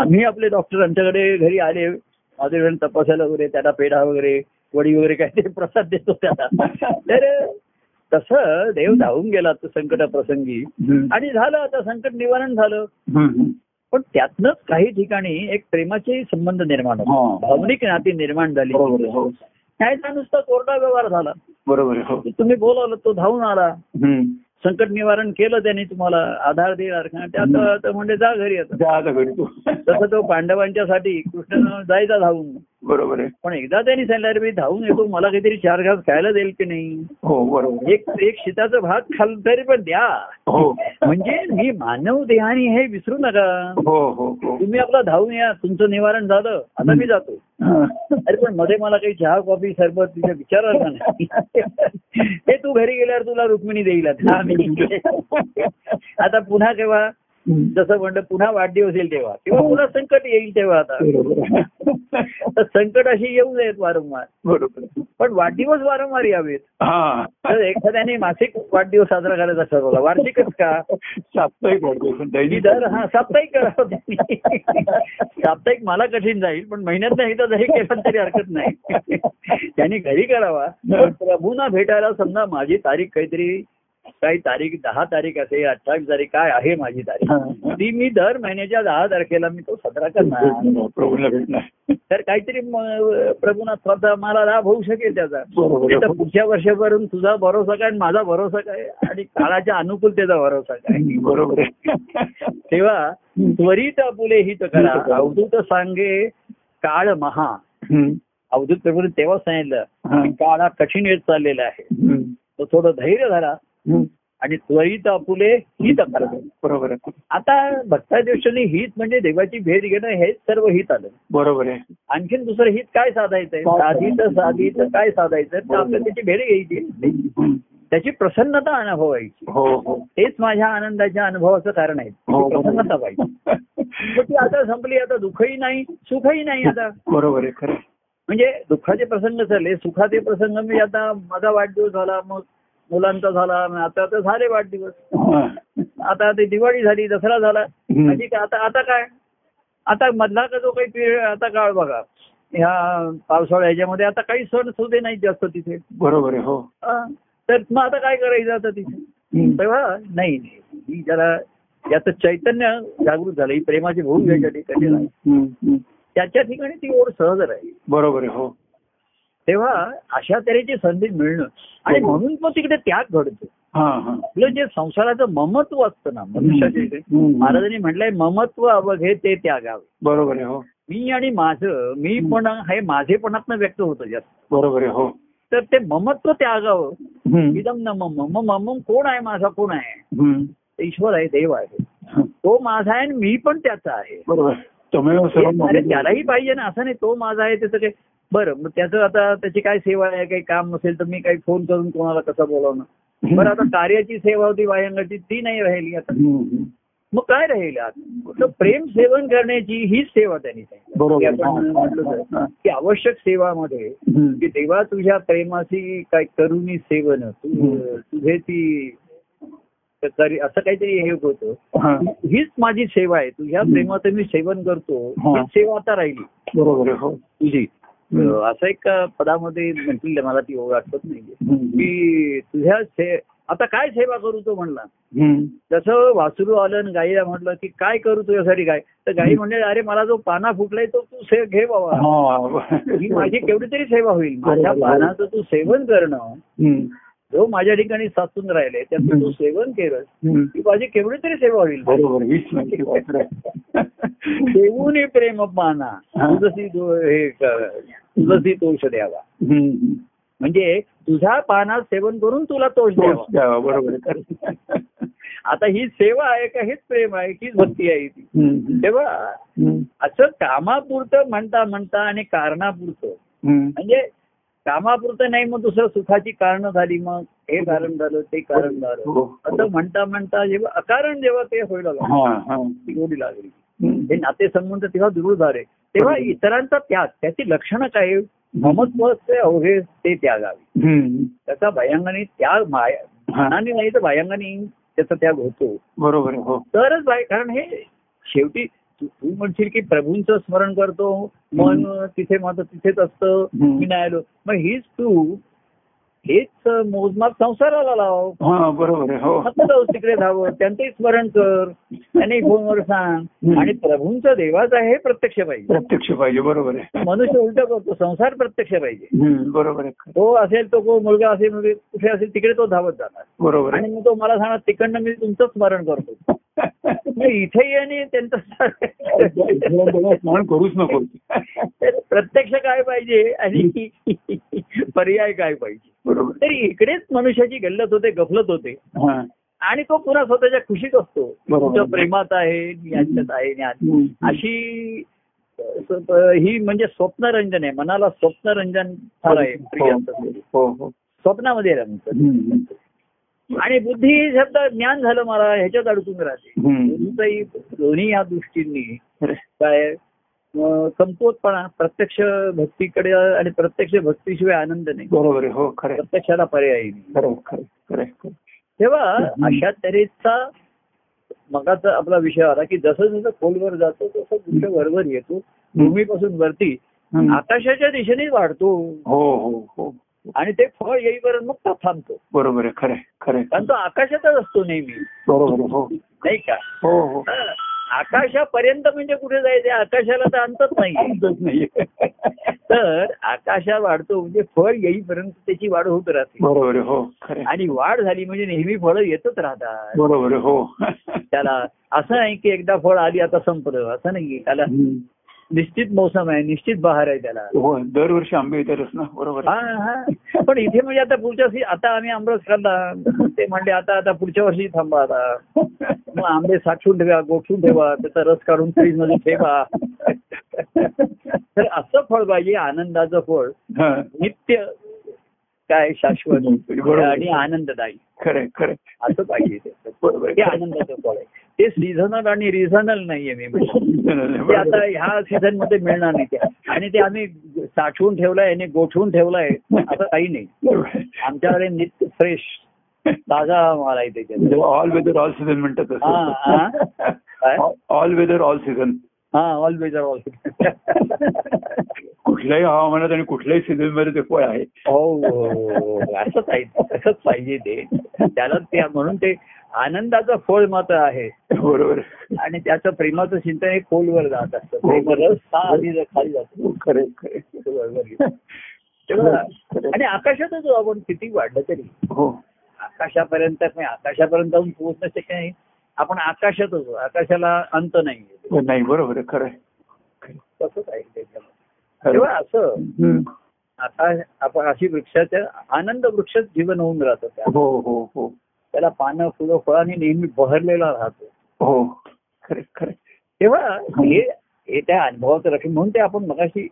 आम्ही आपले डॉक्टर आमच्याकडे घरी आले माझे वेळ तपासायला वगैरे त्याला पेढा वगैरे वडी वगैरे काय ते प्रसाद देतो त्याला तर तसं देव धावून गेला तो संकट प्रसंगी
हम्म.
आणि झालं आता संकट निवारण झालं
हम्म.
पण त्यातनंच काही ठिकाणी एक प्रेमाचे संबंध निर्माण
हा.
होतो भावनिक नाती निर्माण झाली
हो. बरोबर आहे हो
नाही तर नुसता कोरडा व्यवहार झाला
बरोबर आहे हो
तुम्ही बोलावलं तो धावून आला
हम्म.
संकट निवारण केलं त्याने तुम्हाला आधार दिला
हम्म.
त्यात म्हणजे जा घरी आता
जा आता घरी तू
तसं तो पांडवांच्यासाठी कृष्ण जायचा धावून
बरोबर आहे
पण एकदा त्यांनी सांगितलं "अरे मी धावून येतो मला काहीतरी चार घास खायला देईल की नाही
हो बरोबर आहे.
एक एक शिताचं भात खाल तरी पण द्या
हो
म्हणजे मी मानव देहाने हे विसरू नका
हो हो हो
तुम्ही आपला धावून या तुमचं निवारण झालं आता मी जातो अरे पण मध्ये मला काही चहा कॉफी सरबत तिथे विचाराल का नाही हे तू घरी गेल्यावर तुला रुक्मिणी देईल आता आम्ही. आता पुन्हा केव्हा
हम्म.
जसं म्हणलं पुन्हा वाढदिवस येईल तेव्हा किंवा पुन्हा संकट येईल तेव्हा आता
बरोबर आहे.
तर संकट अशी येऊ नयेत वारंवार
बरोबर आहे.
पण वाढदिवस वारंवार यावेत
हा
तर एखाद्याने मासिक वाढदिवस साजरा करायचा ठरवला वार्षिकच का
साप्ताहिक वाढदिवस
मी
दैनिक
दर हा साप्ताहिक करावं त्यांनी. साप्ताहिक मला कठीण जाईल पण महिन्यात नाही तर जरी केलं तरी हरकत नाही त्यांनी घरी करावा पण प्रभूंना भेटायला समजा माझी तारीख काहीतरी काही तारीख दहा तारीख असे अठ्ठावीस तारीख काय आहे माझी तारीख
हा.
ती मी दर महिन्याच्या दहा तारखेला मी तो साजरा करणार
प्रभूला भेटणार
तर काहीतरी म- प्रभूंना स्वतः मला लाभ होऊ शकेल त्याचा
बरोबर
नाही तर
आहे.
पुढच्या वर्षापर्यंत तुझा भरोसा काय आणि माझा भरोसा काय आणि काळाच्या अनुकूलतेचा भरोसा काय
बरोबर आहे.
तेव्हा त्वरित आपुले हित करा अवधूत सांगे काळ महा
हम्म.
अवधूत प्रभूने तेव्हा सांगितलं
हा.
की काळ हा कठीण येत चाललेला आहे
हम्म.
तो थोडं धैर्य धरा
हम्म.
आणि त्वरित आपुले हित करा
बरोबर आहे
आता भक्तादेशाने हित म्हणजे देवाची भेट घेणं हेच सर्व हित आलं
बरोबर आहे
आणखीन दुसरं हित काय साधायचंय साधित साधित काय साधायचं तर आपल्याला त्याची भेट घ्यायची
हम्म.
त्याची प्रसन्नता अनुभवायची
हो हो
तेच माझ्या आनंदाच्या अनुभवाचं कारण आहे
हो
ती प्रसन्नता पाहिजे मग ती आता संपली आता दुःखही नाही सुखही नाही आता
बरोबर आहे खरं आहे.
म्हणजे दुःखाचे प्रसंग झाले सुखाचे प्रसंग मी आता माझा वाढदिवस झाला मग मुलांचा झाला मग आता तर झाले वाढदिवस
हा.
आता ते दिवाळी झाली दसरा झाला
हम्म.
म्हणजे काय आता आता काय आता मधला का जो काही पिरियड आता काळ बघा ह्या पावसाळ्या ह्याच्यामध्ये आता काही सण सुदे नाही जास्त तिथे
बरोबर आहे हो
अं, तर मग आता काय करायचं आता तिथे
हम्म.
तेव्हा नाही नाही. ही जरा याचं चैतन्य जागृत झालं ही प्रेमाची भूक घ्यायच्या ठिकाणी आहे.
हम्म. हम्म.
त्याच्या ठिकाणी ती ओढ सहज राहील
बरोबर आहे हो
तेव्हा अशा तऱ्हेची संधी मिळणं आणि
हो.
म्हणून मग तिकडे त्याग घडतो
हा हा
आपलं जे संसाराचं ममत्व असतं ना मनुष्याचे जे-
हम्म.
महाराजांनी म्हटलंय ममत्व अवघे ते त्यागावे
बरोबर आहे हो
मी आणि माझं मी पण हे माझेपणातनं व्यक्त होतं जास्त
बरोबर आहे हो
तर ते ममत्व त्यागावं
हम्म.
इदम न मम मग मम कोण आहे माझा कोण आहे
हम्म.
ईश्वर आहे देव आहे
हा.
तो माझा आहे आणि मी पण त्याचा आहे
बरोबर आहे. तुम्ही सर्व
अरे त्यालाही पाहिजे ना असं नाही तो माझा आहे त्याचं काही बरं मग त्याचं आता त्याची काय सेवा आहे काही काम नसेल तर मी काही फोन करून कोणाला कसं बोलावणं बरं आता कार्याची सेवा होती वायंगाची ती नाही राहिली आता
हम्म.
मग काय राहील आता तर प्रेम सेवन करण्याची हीच सेवा त्यांनी सांगितली.
बरोबर.
की आपण म्हटलं
हा.
तर, की आवश्यक सेवामध्ये की
हम्म.
देवा तुझ्या प्रेमाची काय करुणी सेवन तू
हम्म.
तुझे ती करी- असं काहीतरी हे होतं
हा.
हीच माझी सेवा आहे तुझ्या
हम्म.
प्रेमाचं मी सेवन करतो
हा.
हीच सेवा आता राहिली
बरोबर आहे हो
तुझी
हम्म.
अं, असं एक पदामध्ये म्हटलेलं आहे, मला ती ओळ आठवत नाही
हम्म.
की तुझ्या से- आता काय सेवा करू तो म्हणला
हम्म.
जसं वासरू आलं आणि गाईला म्हटलं की काय करू तुझ्यासाठी गाय तर गाई म्हणजे अरे मला जो पाना फुटलाय तो तू से घे बाबा
हा.
ही माझी केवढी तरी सेवा होईल माझ्या
बरोबर.
पानाचं तू सेवन करणं
हम्म.
जो माझ्या ठिकाणी साचून राहिले त्याचं तू
हम्म.
सेवन केलं
हम्म.
ही माझी केवढी तरी सेवा होईल
बरोबर हीच माझी वासर आहे.
देऊन प्रेम पाना
हा.
तुझसी दो- हे क- तुझसी तोष द्यावा
हम्म.
म्हणजे तुझा पाना सेवन करून तुला तोष द्यावा
तोच द्यावा, बरोबर आहे.
आता ही सेवा आहे का हेच प्रेम आहे हीच भक्ती आहे ती
हम्म.
तेव्हा
हम्म.
असं कामापुरतं म्हणता म्हणता आणि कारणापुरतं
हम्म.
म्हणजे कामापुरतं नाही मग दुसरं सुखाची कारण झाली मग हे कारण झालं ते कारण
हो,
झालं
हो.
असं म्हणता म्हणता जेव्हा अकारण जेव्हा ते व्हायला लागलं
हा, हा.
ती गोडी लागली हे
हम्म.
नातेसंबंध तेव्हा दुरूळ झाले तेव्हा
हो.
इतरांचा त्याग त्याची लक्षणं काय ममत्व ते अवघे ते त्यागावे
हम्म.
त्याचा भयांगाने त्याग माया-
हा.
मनाने नाही तर भयांगाने त्याचा त्याग होतो
बरोबर आहे, हो
तरच बाय कारण हे शेवटी तू तू म्हणशील की प्रभूंचं स्मरण करतो मन तिथे माझं तिथेच असतं
हम्म.
मी नाही आलो मग हीच तू हेच मोजमाप संसाराला लाव
हा बरोबर आहे, हो
आता जाऊ तिकडे धावं त्यांचंही स्मरण कर त्यांनी फोनवर सांग
हम्म.
आणि प्रभूंचं देवाचं आहे हे प्रत्यक्ष पाहिजे
प्रत्यक्ष पाहिजे बरोबर आहे
मनुष्य उलट करतो संसार प्रत्यक्ष पाहिजे
हम्म, बरोबर आहे
तो असेल तो को मुलगा असेल मुलगी कुठे असेल तिकडे तो धावत जाणार
बरोबर
आणि मग तो मला सांगणार तिकडनं मी तुमचं स्मरण करतो
आहे
मग इथेही आणि त्यांचं स्मरण-
म्हणून करूच नको
तर प्रत्यक्ष काय पाहिजे आणि पर्याय काय पाहिजे
बरोबर
तर इकडेच मनुष्याची गल्लत होते गफलत होते
हा
आणि तो पुन्हा स्वतःच्या खुशीत असतो
बरोबर.
तुमच्या प्रेमात आहे मी यांच्यात आहे मी यांच्यात-
हम्म.
अशी स- प- ही म्हणजे स्वप्नरंजन आहे मनाला स्वप्नरंजन फार आहे प्रिय असतं ते.
हो हो
स्वप्नामध्ये रंगत
हम्म.
आणि बुद्धी ही शब्द ज्ञान झालं मला ह्याच्यात अडकून राहते
हम्म.
बुद्धीचाही दोन्ही या दृष्टींनी
खरं आहे.
काय अं, कमकुवतपणा प्रत्यक्ष भक्तीकडे आणि प्रत्यक्ष भक्तीशिवाय आनंद नाही
बरोबर आहे हो खरं आहे.
प्रत्यक्षाला पर्याय नाही
खरं आहे, खरं आहे, खरं आहे, खरं आहे.
तेव्हा
हम्म.
अशा तऱ्हेचा मगाचा आपला विषय आला की जसं जसं खोलवर जातो तसं विषय वरवर येतो भूमीपासून वरती
हम्म.
आकाशाच्या दिशेने वाढतो
हो हो हो
आणि ते फळ येईपर्यंत मग तो थांबतो
बरोबर आहे खरं आहे, खरं आहे.
कारण तो आकाशातच असतो नेहमी
बरोबर आहे, हो
नाही का
हो हो
हा. आकाशापर्यंत म्हणजे कुठे जायचे आकाशाला तर अंतच नाही
अंदाज नाहीये.
तर आकाशा वाढतो म्हणजे फळ येईपर्यंत त्याची वाढ होत राहते
बरोबर आहे, हो खरं आहे.
आणि वाढ झाली म्हणजे नेहमी फळं येतच राहतात
बरोबर आहे, हो
त्याला असं नाही की एकदा फळ आली आता संपलं असं नाही त्याला
हम्म.
निश्चित मौसम आहे निश्चित बहार आहे त्याला
हो दरवर्षी आंबे येतातच ना बरोबर
हा
आहे.
हा पण इथे म्हणजे आता पुढच्या वर्षी आता आम्ही आमरस खाल्ला ते म्हणले आता आता पुढच्या वर्षी थांबा आता मग आंबे साठवून ठेवा गोठून ठेवा त्याचा रस काढून फ्रीज मध्ये ठेवा तर असं फळ पाहिजे आनंदाचं फळ
हा.
नित्य काय शाश्वत
बरोबर.
आणि आनंददायी
खरं आहे, खरं आहे.
असं पाहिजे ते.
बरोबर
ते
आहे.
आनंदाचं फळ आहे ते सीझनल आणि रिझनल नाहीये मी म्हणतो ते
बरोबर
आता
आहे.
ह्या सीझन मध्ये मिळणार नाही ते आणि ते आम्ही साठवून ठेवलंय आणि गोठवून ठेवलंय असं काही नाही
बरोबर आहे.
आमच्याकडे नित्य फ्रेश ताजा माल आहे त्याच्यात
ऑल वेदर ऑल सीझन म्हणतात
हा, काय?
तसं ऑल वेदर ऑल सीझन
हा ऑलवेज आर ऑल
कुठल्याही हवामानात आणि कुठल्याही सीझन मध्ये ते फळ आहे
हो असंच आहे तसंच पाहिजे ते त्याला त्या म्हणून ते आनंदाचं फळ मात्र आहे
बरोबर आहे.
आणि त्याचं प्रेमाचं चिंतन हे खोलवर जात असतं प्रेमरस हा आधी खाली जातो
हो, खरं आहे, खरं आहे.
खोलवर गेला.
खरं
तेव्हा-
आहे, खरं आहे.
आणि आकाशातच जाऊ आपण किती वाढलं तरी
हो
आकाशापर्यंत नाही आकाशापर्यंत जाऊन पोहोचणं शक्य नाही आपण आकाशातच आहोत. आकाशाला अंत नाही
पण हो, नाही बरोबर आहे, खरं आहे.
तसंच आहे त्याच्यामध्ये
खरं आहे.
तेव्हा असं
हम्म.
आता आपण अशी वृक्षाच्या आनंद वृक्षच जीवन होऊन राहतं त्या
हो हो हो
त्याला पानं फुलं फळांनी नेहमी बहरलेला राहतो
हो खरं आहे, खरं आहे.
तेव्हा हे हे त्या अनुभवाचं रक्षण म्हणून ते आपण मगाशी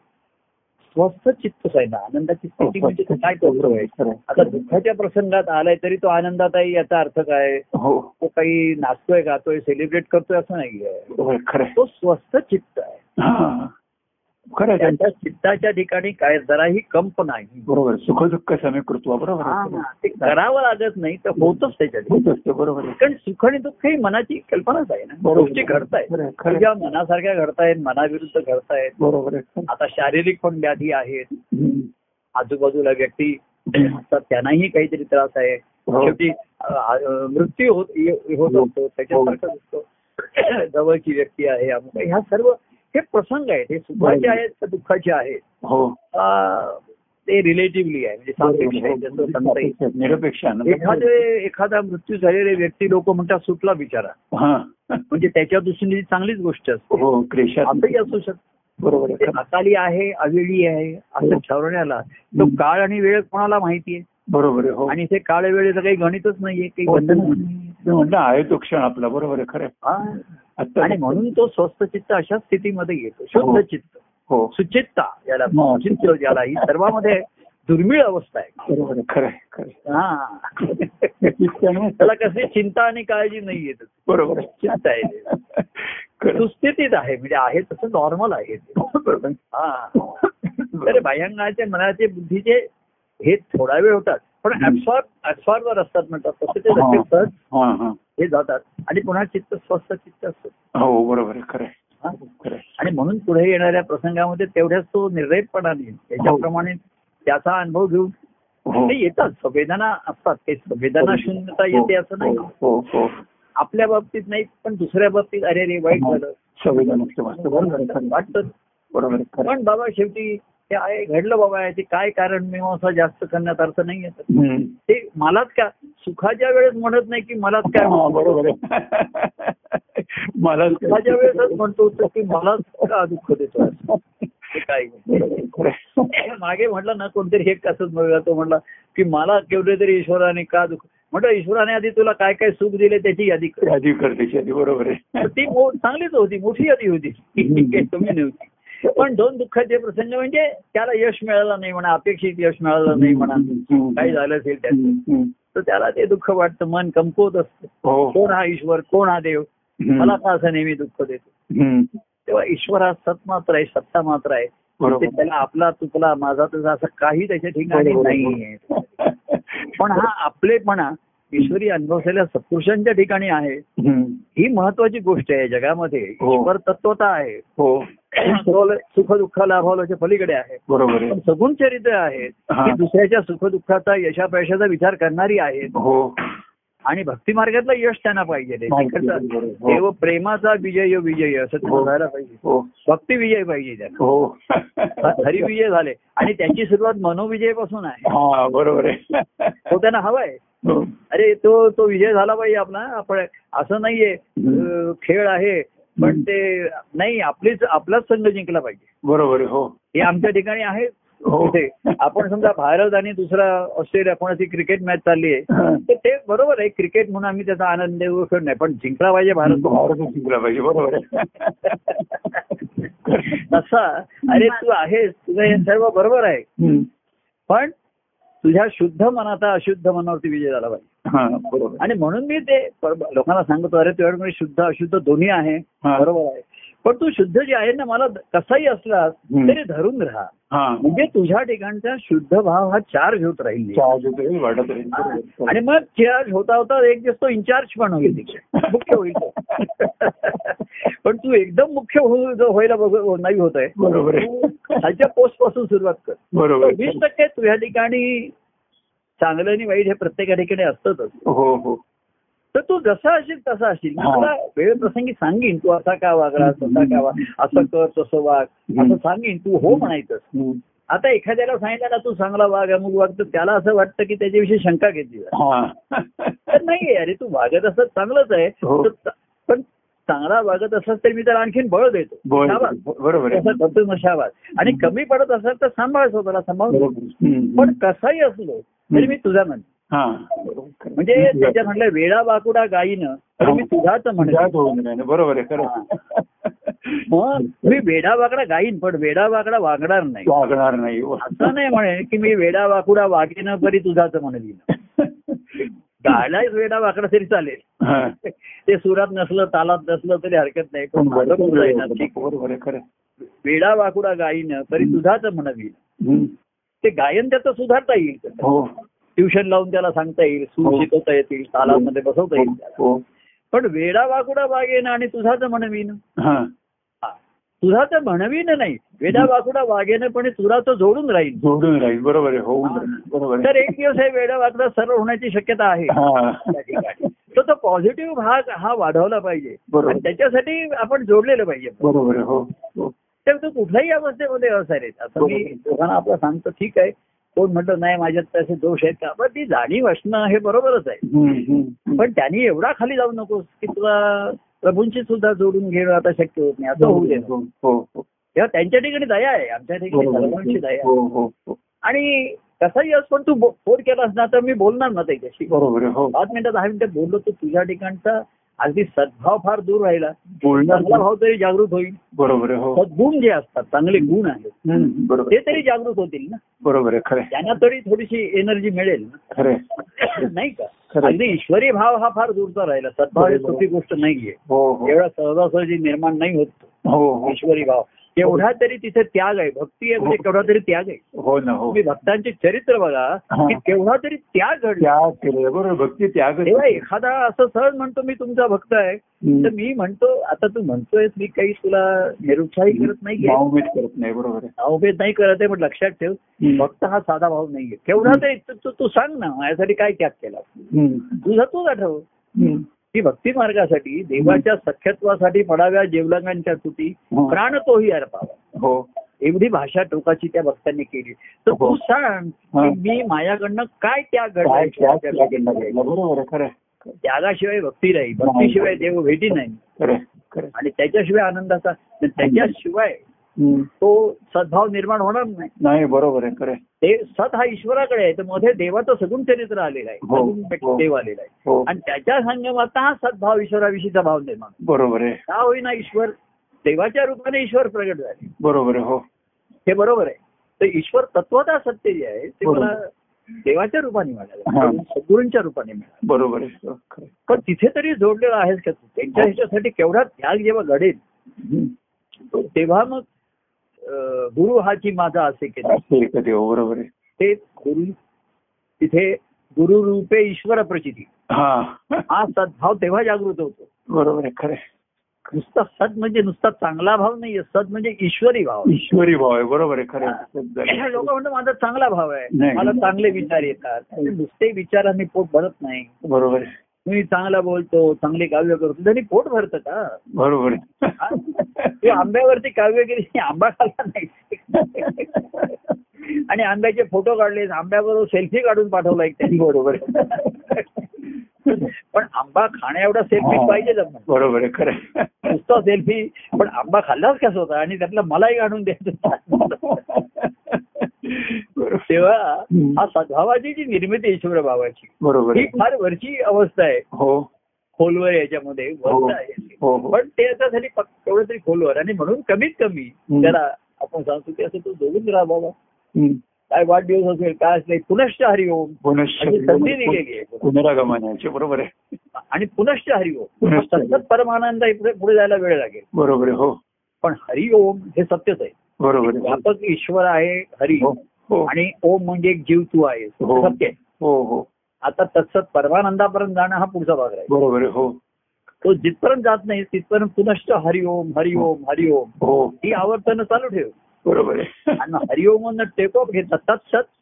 स्वस्थ चित्तच आहे ना आनंदाची स्थिती म्हणजे ते काय करतो आहे
खरं हो, आहे.
आता दुःखाच्या प्रसंगात आलाय तरी तो आनंदात आहे याचा अर्थ काय
हो
तो काही नाचतोय गातोय सेलिब्रेट करतोय असं नाहीये
बरोबर आहे, हो, खरं आहे.
तो स्वस्थ चित्त आहे
हा खरं आहे
त्याच्या चित्ताच्या ठिकाणी काय जराही कंप नाही
बरोबर सुख दुःख समी कृत्वा बरोबर
हा,
आहे.
ते करावं लागत नाही तर होतच त्याच्या ठिकाणी.
होत असते बरोबर आहे.
कारण सुख आणि दुःख ही मनाची कल्पनाच आहे ना
बरोबर.
गोष्टी घडतायत
खरं आहे, खरं आहे.
तुझ्या मनासारख्या घडतायत मनाविरुद्ध घडतायत
बरोबर आहे खरं.
आता शारीरिक पण व्याधी आहेत
हम्म.
आजूबाजूला व्यक्ती असतात त्यांनाही काहीतरी त्रास आहे
हो.
शेवटी आ- आ- मृत्यू होत ये- होत
हो.
असतो त्याच्यासारखा असतो जवळची व्यक्ती आहे अमुक आहे. ह्या सर्व हे प्रसंग आहेत हे सुखाचे
बरोबर.
आहेत का दुःखाचे आहेत
हो
आ, ते रिलेटिव्हली आहे म्हणजे सापेक्ष आहे
हो,
जसं सांगता येईल
निरपेक्ष- निरपेक्ष आनंद.
एखादे एखादा मृत्यू झालेले व्यक्ती लोक म्हणतात सुटला बिचारा
हा
म्हणजे त्याच्या दृष्टीने ही चांगलीच गोष्ट असते
हो क्लेशात
असंही असू शकतं
बरोबर आहे.
ते अकाली आहे अवेळी आहे असं
हो.
ठरवण्याला तो
हम्म.
काळ आणि वेळ कोणाला माहिती आहे
बरोबर आहे हो
आणि ते काळ वेळेचं काही गणितच नाहीये काही
हो,
बंधन
हो.
नाहीये.
मी म्हटलं आहे तो क्षण आपला बरोबर आहे खरं आहे.
हा.
आत्ता
आणि म्हणून तो स्वस्त चित्त अशा स्थितीमध्ये येतो शुद्ध
हो.
चित्त
हो
सुचित्ता याला
हो.
चित्त ज्याला ही सर्वामध्ये दुर्मिळ अवस्था आहे
बरोबर आहे खरं आहे, खरं आहे.
हा
त्यामुळे
त्याला कशी चिंता आणि काळजी नाहीये
बरोबर आहे.
चिंता आहे
खरं आहे.
सुस्थितीत आहे म्हणजे आहे तसं नॉर्मल आहे ते.
बरोबर आहे.
हा तर भयंगाचे मनाचे बुद्धीचे हे थोडा वेळ होतात पण
हम्म.
ऍब्सॉर्ब ऍब्सॉर्बर असतात म्हणतात तसे ते
हा.
रचतात
हा, हा.
हे जातात आणि पुन्हा चित्त स्वस्थ चित्त असतं
हो बरोबर आहे खरं आहे,
हा.
खरं आहे.
आणि म्हणून पुढे येणाऱ्या प्रसंगामध्ये तेवढ्याच तो निर्रेपणाने त्याच्याप्रमाणे त्याचा अनुभव घेऊन
हो
ते येतात संवेदना असतात ते संवेदना शून्यता येते
हो,
असं नाही
हो, हो हो
आपल्या बाबतीत नाही पण दुसऱ्या बाबतीत अरे रे वाईट झालं
संवेदनशील वाटतं हो. बरोबर आहे, खरं आहे.
वाटतं
बरोबर आहे, खरं आहे.
पण बाबा शेवटी ते आहे घडलं बाबा आहे ते काय कारण मीमांसा जास्त करण्यात अर्थ नाही येत
हम्म.
ते मलाच का सुखाच्या वेळेस म्हणत नाही की मलाच काय
हा,
म्हणतो.
हो, बरोबर आहे मला
सुखाच्या वेळेसच म्हणतो तो की मलाच का दुःख देतो आहेस? ते काय
बरोबर आहे, खरं आहे.
मागे म्हटलं ना कोणतरी एक कसंच म्हणला तो म्हणला की मला केवढे तरी ईश्वराने का दुःख म्हटलं ईश्वराने आधी तुला काय काय सुख दिले त्याची यादी कर
यादी करते यादी बरोबर आहे
ती मो- चांगलीच होती मोठी यादी होती काही कमी नव्हती पण दोन दुःखाचे प्रसंग म्हणजे त्याला यश मिळालं नाही म्हणा अपेक्षित यश मिळालं नाही म्हणा
हम्म.
काही झालं असेल त्याचं
हम्म, हम्म.
तर त्याला ते दुःख वाटतं मन कमकुवत असतं
हो
कोण हा ईश्वर कोण हा देव
हम्म.
मला का असं नेहमी दुःख देतो
हम्म.
तेव्हा ईश्वर हा सत मात्र आहे सत्ता मात्र आहे
बरोबर.
ते त्याला आपला तुपला माझा तसा असं काही त्याच्या ठिकाणी
बरोबर.
नाहीये पण हा आपलेपणा ईश्वरी अनुभवलेल्या सत्पुरुषांच्या ठिकाणी आहे
हम्म.
ही महत्वाची गोष्ट आहे जगामध्ये
हो.
ईश्वर तत्वता आहे
हो
सुख दुःख लाभावल्याच्या पलीकडे आहे
बरोबर
पण
आहे
सगुण चरित्र आहेत
हा.
ती दुसऱ्याच्या सुख दुःखाचा यशापयशाचा विचार करणारी आहेत
हो
आणि भक्ती मार्गातला यश त्यांना पाहिजे
माहिती
तिकडचा
बरोबर आहे. हो.
देव प्रेमाचा विजय यो विजय असं त्यांना
हो.
व्हायला पाहिजे
हो
भक्ती विजय पाहिजे त्यांना
हो
हरी विजय झाले आणि त्यांची सुरुवात मनोविजयपासून आहे
हा बरोबर आहे
तो त्यांना हवाय
हो.
अरे तो तो विजय झाला पाहिजे आपला आपण असं नाहीये अं, खेळ आहे पण ते नाही आपलीच आपलाच संघ जिंकला पाहिजे
बरोबर आहे हो
हे आमच्या ठिकाणी आहे
हो.
इथे. आपण समजा भारत आणि दुसरा ऑस्ट्रेलिया कोणाची क्रिकेट मॅच चालली आहे
हा.
तर ते बरोबर आहे क्रिकेट म्हणून आम्ही त्याचा आनंद घेऊ शकत नाही पण जिंकला पाहिजे भारत
भारतच जिंकला पाहिजे बरोबर आहे
तसा अरे तू आहेस तुझं हे सर्व बरोबर आहे
हम्म.
पण तुझ्या शुद्ध मनाचा अशुद्ध मनावरती विजय झाला पाहिजे
हा बरोबर आहे.
आणि म्हणून मी ते पर- लोकांना सांगतो अरे तुझ्याकडे शुद्ध अशुद्ध दोन्ही आहे
हा.
बरोबर आहे पण तू शुद्ध जे आहे ना मला कसाही असलास
हम्म.
तरी धरून राहा
हा
म्हणजे तुझ्या ठिकाणचा शुद्ध भाव हा चार्ज होत राहील
चार्ज होतोय वाढत राहील
हा.
बरोबर.
आणि मग चार्ज होता होता एक दिवस तो इन्चार्ज पण होईल तिथे. मुख्य होईल तो. पण तू एकदम मुख्य हो- जो व्हायला बघ- नाही होत आहे
बरोबर
तू
आहे
खालच्या पोस्ट पासून सुरुवात कर
बरोबर
तर
आहे.
वीस टक्के तुझ्या ठिकाणी चांगलं आणि वाईट हे प्रत्येका ठिकाणी असतच
हो हो
तर तू जसा असेल तसा असेल मी
हा.
तुला वेळ प्रसंगी सांगेन तू असा का वागला तसा का वाग असं कर तसं वाग असं
हम्म.
सांगेन तू हो म्हणायचं
हम्म.
आता एखाद्याला सांगितलं ना तू चांगला वाग अमुक वाग तर त्याला असं वाटतं की त्याच्याविषयी शंका घेतली जाते.
हा
तर नाही अरे तू वागत असत चांगलंच आहे
हो.
तर चा- पण चांगला वागत असलास तर मी त्याला आणखीन बळ देतो
बोल
शाबास.
बरोबर आहे
तसं करतो मग शाबास आणि कमी पडत असेल तर सांभाळ स्वतःला सांभाळ
बरोबर हम्म.
पण कसाही असलो तरी मी तुझा म्हणतो
हा
म्हणजे त्याच्या म्हटलं वेळा बाकुडा गायीनं तरी मी तुझाच म्हणतो
जात होऊन राहिलं. बरोबर आहे खरं आहे.
मग मी वेडा वाकडा गाईन पण वेडा वाकडा वागणार नाही
वागणार नाही हो.
असं नाही म्हणे की मी वेडा वाकुडा वागेन बरी तुझाच म्हणेन गायलाच वेडा वाकडा तरी चालेल
हा.
ते सुरात नसलं तालात नसलं तरी हरकत नाही पण माझं मुलं आहे ना, ठीक.
बरोबर आहे खरं आहे.
वेडा वाकुडा गायीन तरी तुझाच म्हणवी
हम्म.
ते गायन त्याचं सुधारता येईल
हो
ट्युशन लावून त्याला सांगता येईल सूर
हो.
शिकवता येतील तालामध्ये बसवता येईल त्याला
हो
पण वेडा वाकुडा वागेन आणि तुझाच म्हणवीन
हा
हा. तुझा तर म्हणवीन नाही वेडा वाकुडा वागेनं पण तुरा तो जोडून राहील
जोडून राहील बरोबर आहे होऊन राहील बरोबर
तर
आहे
एक दिवस हे वेडा वाकडा सरळ होण्याची शक्यता आहे त्या
हा.
ठिकाणी. तर तो पॉझिटिव्ह भाग हा वाढवला पाहिजे
बरोबर.
आणि त्याच्यासाठी आपण जोडलेलं पाहिजे
बरोबर आहे हो हो.
तर तो कुठल्याही अवस्थेमध्ये असणार आहे असं मी
बरोबर.
दोघांना आपलं सांगतो ठीक आहे कोण म्हटलं नाही माझ्यात असे दोष आहेत का पण ती जाणीव असणं हे बरोबरच आहे
हम्म, हम्म.
पण त्यांनी एवढा खाली जाऊ नकोस की तुला प्रभूंची सुद्धा जोडून घेणं आता शक्य होत नाही असं होऊ दे
हो, हो, हो.
तेव्हा त्यांच्या ठिकाणी दया आहे आमच्या ठिकाणी
बरोबर
सर्वांची
आहे.
दया आहे
हो, हो, हो.
आणि कसाही असं पण तू बो- फोन केलास ना तर मी बोलणार ना त्याच्याशी
बरोबर आहे, हो
पाच मिनिटं दहा मिनिटं बोललो तर तुझ्या ठिकाणचा अगदी सद्भाव फार दूर राहिला
बोलणार
चांगला भाव तरी जागृत होईल
बरोबर आहे, हो
सद्गुण जे असतात चांगले गुण आहेत
हम्म, बरोबर
ते
आहे.
तरी जागृत होतील ना
बरोबर आहे खरं आहे,
त्यांना तरी थोडीशी एनर्जी मिळेल ना.
खरं आहे.
नाही का
खरं.
अगदी ईश्वरी भाव हा फार दूरचा राहिला सद्भाव ही सोपी गोष्ट नाहीये
हो हो
एवढा सहजासहजी निर्माण नाही होत तो
हो हो
ईश्वरी भाव एवढा तरी तिथे त्याग आहे भक्ती आहे म्हणजे केवढा तरी त्याग आहे
हो ना हो
तुम्ही भक्तांचे चरित्र बघा
हा.
की केवढा तरी त्याग घडला
त्याग केलेला बरोबर भक्ती त्याग
तेव्हा एखादा असं सहज म्हणतो मी तुमचा भक्त आहे तर मी म्हणतो आता तू म्हणतोय मी काही तुला निरुत्साही करत नाहीये
भावभेद करत नाही बरोबर आहे
भावभेद नाही करत आहे पण लक्षात ठेव
हम्म.
भक्त हा साधा भाव नाहीये केवढा तरी तू- तू तू सांग ना माझ्यासाठी काय त्याग केला
हम्म.
तुझा तूच आठव
हम्म.
की भक्ती मार्गासाठी देवाच्या सख्यत्वासाठी पडाव्या जेवलंगांच्या तुटी
हो.
प्राण तोही अर्पावा
हो
एवढी भाषा टोकाची त्या भक्तांनी केली तर तू
हो.
सांग
हा.
की मी माझ्याकडनं काय त्याग घडलाय?
काय त्याग केला गेला आहे. बरोबर आहे खरं आहे,
त्यागाशिवाय भक्ती नाही भक्तीशिवाय देव भेटी नाही
खरं आहे, खरं आहे.
आणि त्याच्याशिवाय आनंदाचा त्याच्याशिवाय
हम्म.
तो सद्भाव निर्माण होणार नाही
नाही बरोबर आहे खरं आहे.
ते सत हा ईश्वराकडे आहे तर मध्ये देवाचं सगुण चरित्र आलेलं आहे
हो,
सगुण
हो.
देव आलेला आहे
हो
आणि त्याच्या संगमात हा सद्भाव ईश्वराविषयीचा भाव निर्माण
बरोबर आहे
का होईना ईश्वर देवाच्या रूपाने ईश्वर प्रगट झाले
बरोबर आहे हो
हे बरोबर आहे तर ईश्वर तत्वता सत्य जे आहे ते
बरोबर.
मला देवाच्या रूपाने
हा.
मिळालं सद्गुरूंच्या रूपाने मिळालं
बरोबर आहे हो, खरं आहे.
पण तिथे तरी जोडलेला आहेस का तू त्यांच्या
हो.
ह्याच्यासाठी केवढा त्याग जेव्हा घडेल
हम्म.
तो तेव्हा मग अं, गुरु हा की माझा असे केला
असेल का देव हो, बरोबर आहे
ते गुरु तिथे गुरु रूपे ईश्वर प्रचिती
हा
हा सद्भाव तेव्हा जागृत होतो
बरोबर आहे खरं आहे.
नुसता सद म्हणजे नुसता चांगला भाव नाहीये सद म्हणजे ईश्वरी भाव
ईश्वरी भाव आहे बरोबर आहे खरं आहे.
लोक म्हणतात माझा चांगला भाव आहे
नाही.
मला चांगले विचार येतात नुसते विचारांनी पोट भरत नाही
बरोबर आहे
मी चांगला बोलतो चांगले काव्य करतो त्यांनी पोट भरतं का
बरोबर
हा?
आहे
ते आंब्यावरती काव्य केली आंबा खाल्ला नाही आणि आंब्याचे फोटो काढले आंब्याबरोबर सेल्फी काढून पाठवला एक त्यांनी
बरोबर आहे.
पण आंबा खाण्या एवढा सेल्फी
हा.
पाहिजे आपण
बरोबर आहे खरं आहे.
नुसता सेल्फी पण आंबा खाल्लाच कसा होता आणि त्यातला मलाही आणून द्यायचं
बरोबर
तेव्हा
हम्म.
हा सद्भावाची जी निर्मिती ईश्वर भावाची
बरोबर
ही
आहे.
फार वरची अवस्था आहे
हो
खोलवर याच्यामध्ये
हो.
वरचा आहे
हो हो
पण ते याच्यासाठी फक्त तेवढं तरी खोलवर आणि म्हणून कमीत कमी
हम्म.
त्याला आपण सांगतो की असं तू जोडून राहा बाबा
हम्म.
काय वाढदिवस असेल काय असेल पुनश्च हरिओम
पुनश्च
अशी म्हणजे संधी दिलेली आहे.
पुनरागमनाचे बरोबर आहे
आणि पुनश्च हरिओम
पुनश्च हरिओम.
सतत परमानंद हे पुढे पुढे जायला वेळ लागेल
बरोबर आहे हो
पण हरिओम हे सत्यच आहे
बरोबर आहे हो.
व्यापक ईश्वर आहे हरी
हो हो
आणि ओम म्हणजे एक जीव तू आहे
हो.
सत्य आहे
हो हो
आता तत्सत परमानंदापर्यंत जाणं हा पुढचा भाग आहे
बरोबर आहे हो
तो जिथपर्यंत जात नाही तिथपर्यंत पुनश्च हरिओम हरिओम हरिओम
हो
ही आवर्तन चालू ठेव
बरोबर आहे
आणि हरिओम टेक ऑफ घेतात तत्सत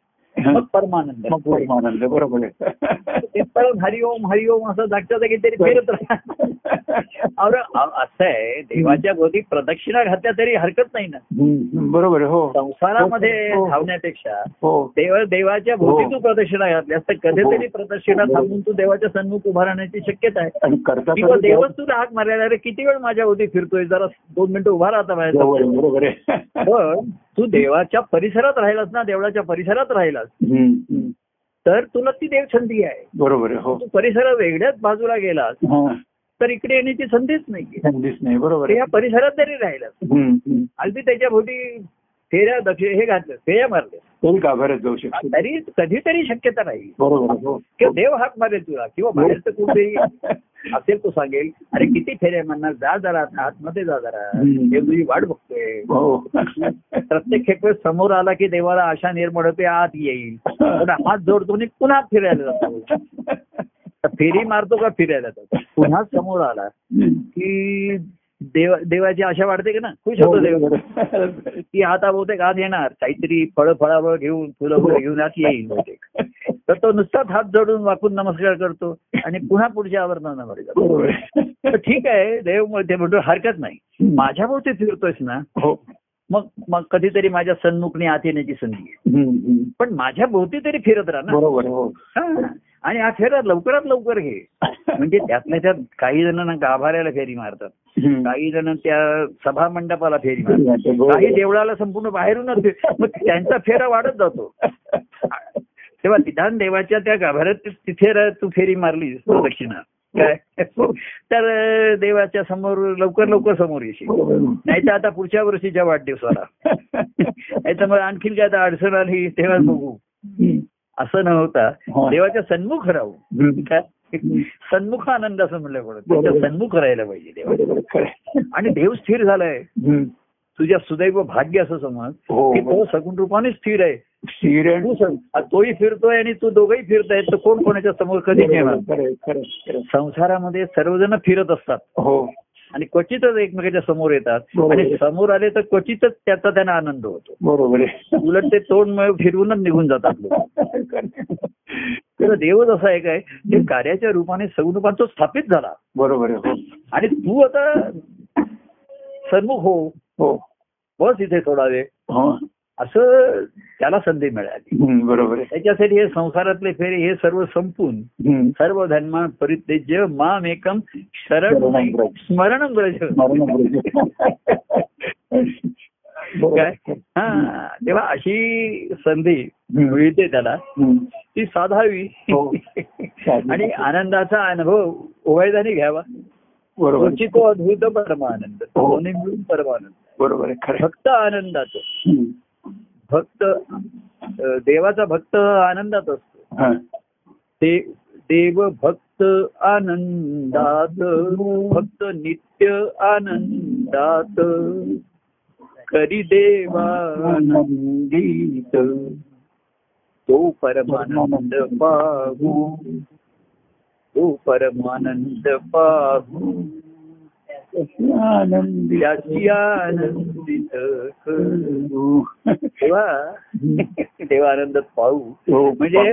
मग परमानंद
मग परमानंद बरोबर आहे
तिथपर्यंत हरिओम हरिओम असं जागच्या जागी तरी फिरत राहा और अ- असं आहे देवाच्या गोदी प्रदक्षिणा घातल्या तरी हरकत नाही ना
हम्म, बरोबर आहे हो
संसारामध्ये
हो.
धावण्यापेक्षा
हो
देव देवाच्या
हो.
भोवती तू प्रदक्षिणा घातल्यास तर कधीतरी
हो.
प्रदक्षिणा
हो.
थांबून तू देवाच्या सन्मुख उभा राहण्याची शक्यता आहे
आणि करता
किंवा
करता
देवच तुला हाक मारलेला अरे किती वेळ माझ्या होती फिरतोय जरा दोन मिनिटं उभा राहता माझ्या
जवळ आहे, बरोबर आहे
पण तू देवाच्या परिसरात राहिलास ना देवळाच्या परिसरात राहिलास
हम्म, हम्म,
तर तुला ती देव संधी आहे
बरोबर आहे हो
तू परिसरा वेगळ्याच बाजूला गेलास
हा
तर इकडे येण्याची संधीच नाही
संधीच नाही बरोबर आहे
या परिसरात जरी राहिलास
हम्म, हम्म.
अगदी त्याच्या भोवती फेऱ्या दक्षिण हे घातलं फेऱ्या मारल्या
तरी गाभाऱ्यात जाऊ शकतो
तरी कधीतरी शक्यता नाही
बरोबर आहे, हो
किंवा देव हाक मारेल तुला किंवा बाहेरचं कुठेही असेल तो सांगेल अरे किती फेऱ्या म्हणणार जा जरा आता आतमध्ये जा जरा
हम्म.
देव तुझी वाट बघतोय
हो
प्रत्येक एक वेळेस समोर आला की देवाला आशा निर्माण होते आत येईल पण हात जोडतो आणि पुन्हा फेरायला जातो तर फेरी मारतो का फिरायला जातो पुन्हा समोर आला
हम्म,
की देव देवाची आशा वाढते का ना खुश
हो,
होतो देव
बरोबर.
की आता बहुतेक आज येणार काहीतरी फळ फळावळ घेऊन फुलं
हो.
फुलं घेऊन आज येईल बहुतेक तर तो नुसताच हात जोडून वाकून नमस्कार करतो आणि पुन्हा पुढच्या आवर्तनावर जातो
बरोबर.
तर ठीक आहे देव मध्ये म्हणतो हरकत नाही माझ्या भोवती फिरतोयस ना
हो.
मग मग कधीतरी माझ्या सन्मुखने आत येण्याची संधी आहे.
हम्म, हम्म.
पण माझ्या भोवती तरी फिरत राहा ना
बरोबर हो
हा. आणि हा फेरा लवकरात लवकर घे म्हणजे त्यातल्या त्यात काही जणांना गाभाऱ्याला फेरी मारतात
हम्म.
काही जण त्या सभा मंडपाला फेरी मारतात
हो,
काही देवळाला संपूर्ण बाहेरूनच फे- मग त्यांचा फेरा वाढत जातो तेव्हा निदान देवाच्या त्या गाभाऱ्यात तिथे र- तू फेरी मारली
हो.
दक्षिणा काय हो. तर अं, देवाच्या समोर लवकर लवकर समोर येशील
बरोबर.
नाही तर आता पुढच्या वर्षीच्या वाढदिवसाला नाही तर मग आणखीन काय आता अडचण आली तेव्हा बघू
हम्म.
असं न होता
हो.
देवाच्या सन्मुख राहू
हम्म.
काय सन्मुख आनंद असं म्हटलं पडत त्याच्या सन्मुख राहायला पाहिजे देवा
बरोबर, खरं.
आणि देव स्थिर झालाय
हम्म.
तुझ्या सुदैव भाग्य असं समज
हो
की तो सगुण रूपाने स्थिर आहे
सिरण
तू सग- आ, तोही फिरतोय आणि तू दोघही फिरताय तर कोण कोणाच्या समोर कधी येणार
खरं, खरं, खरं.
संसारामध्ये सर्वजण फिरत असतात
हो
आणि क्वचितच एकमेकाच्या समोर येतात
बरोबर.
आणि समोर आले तर क्वचितच त्याचा त्यांना आनंद होतो
बरोबर आहे
उलट ते तोंड मग फिरवूनच निघून जातात लोक. तर देवच असा एक आहे जे कार्याच्या रूपाने सगुण तो स्थापित झाला
बरोबर हो. आहे
आणि तू आता सन्मुख हो
हो
बस इथे थोडा वेळ
हो हो
असं त्याला संधी मिळाली
हम्म, बरोबर आहे
त्याच्यासाठी हे संसारातले फेरे हे सर्व संपून
हम्म.
सर्व धर्मा परित्यज्य माम एकम शरण स्मरण ब्रज
स्मरण बरोबर.
काय हा तेव्हा अशी संधी मिळते त्याला
हम्म.
ती साधावी
हो.
आणि आनंदाचा अनुभव उभयदाने घ्यावा
बरोबर
तुमची तो अद्भुत परमानंद
हो.
दोन्ही मिळून परमानंद
बरोबर आहे खरं
फक्त आनंदाचं
हम्म.
भक्त अं, देवाचा भक्त आनंदात असतो
हा.
ते देव भक्त आनंदात भक्त नित्य आनंदात करी देवा
आनंदीत
तो परमानंद पाहू तो परमानंद पाहू
आनंदी
त्याची आनंदित कर. तेव्हा देवा आनंदात पाहू
हो
म्हणजे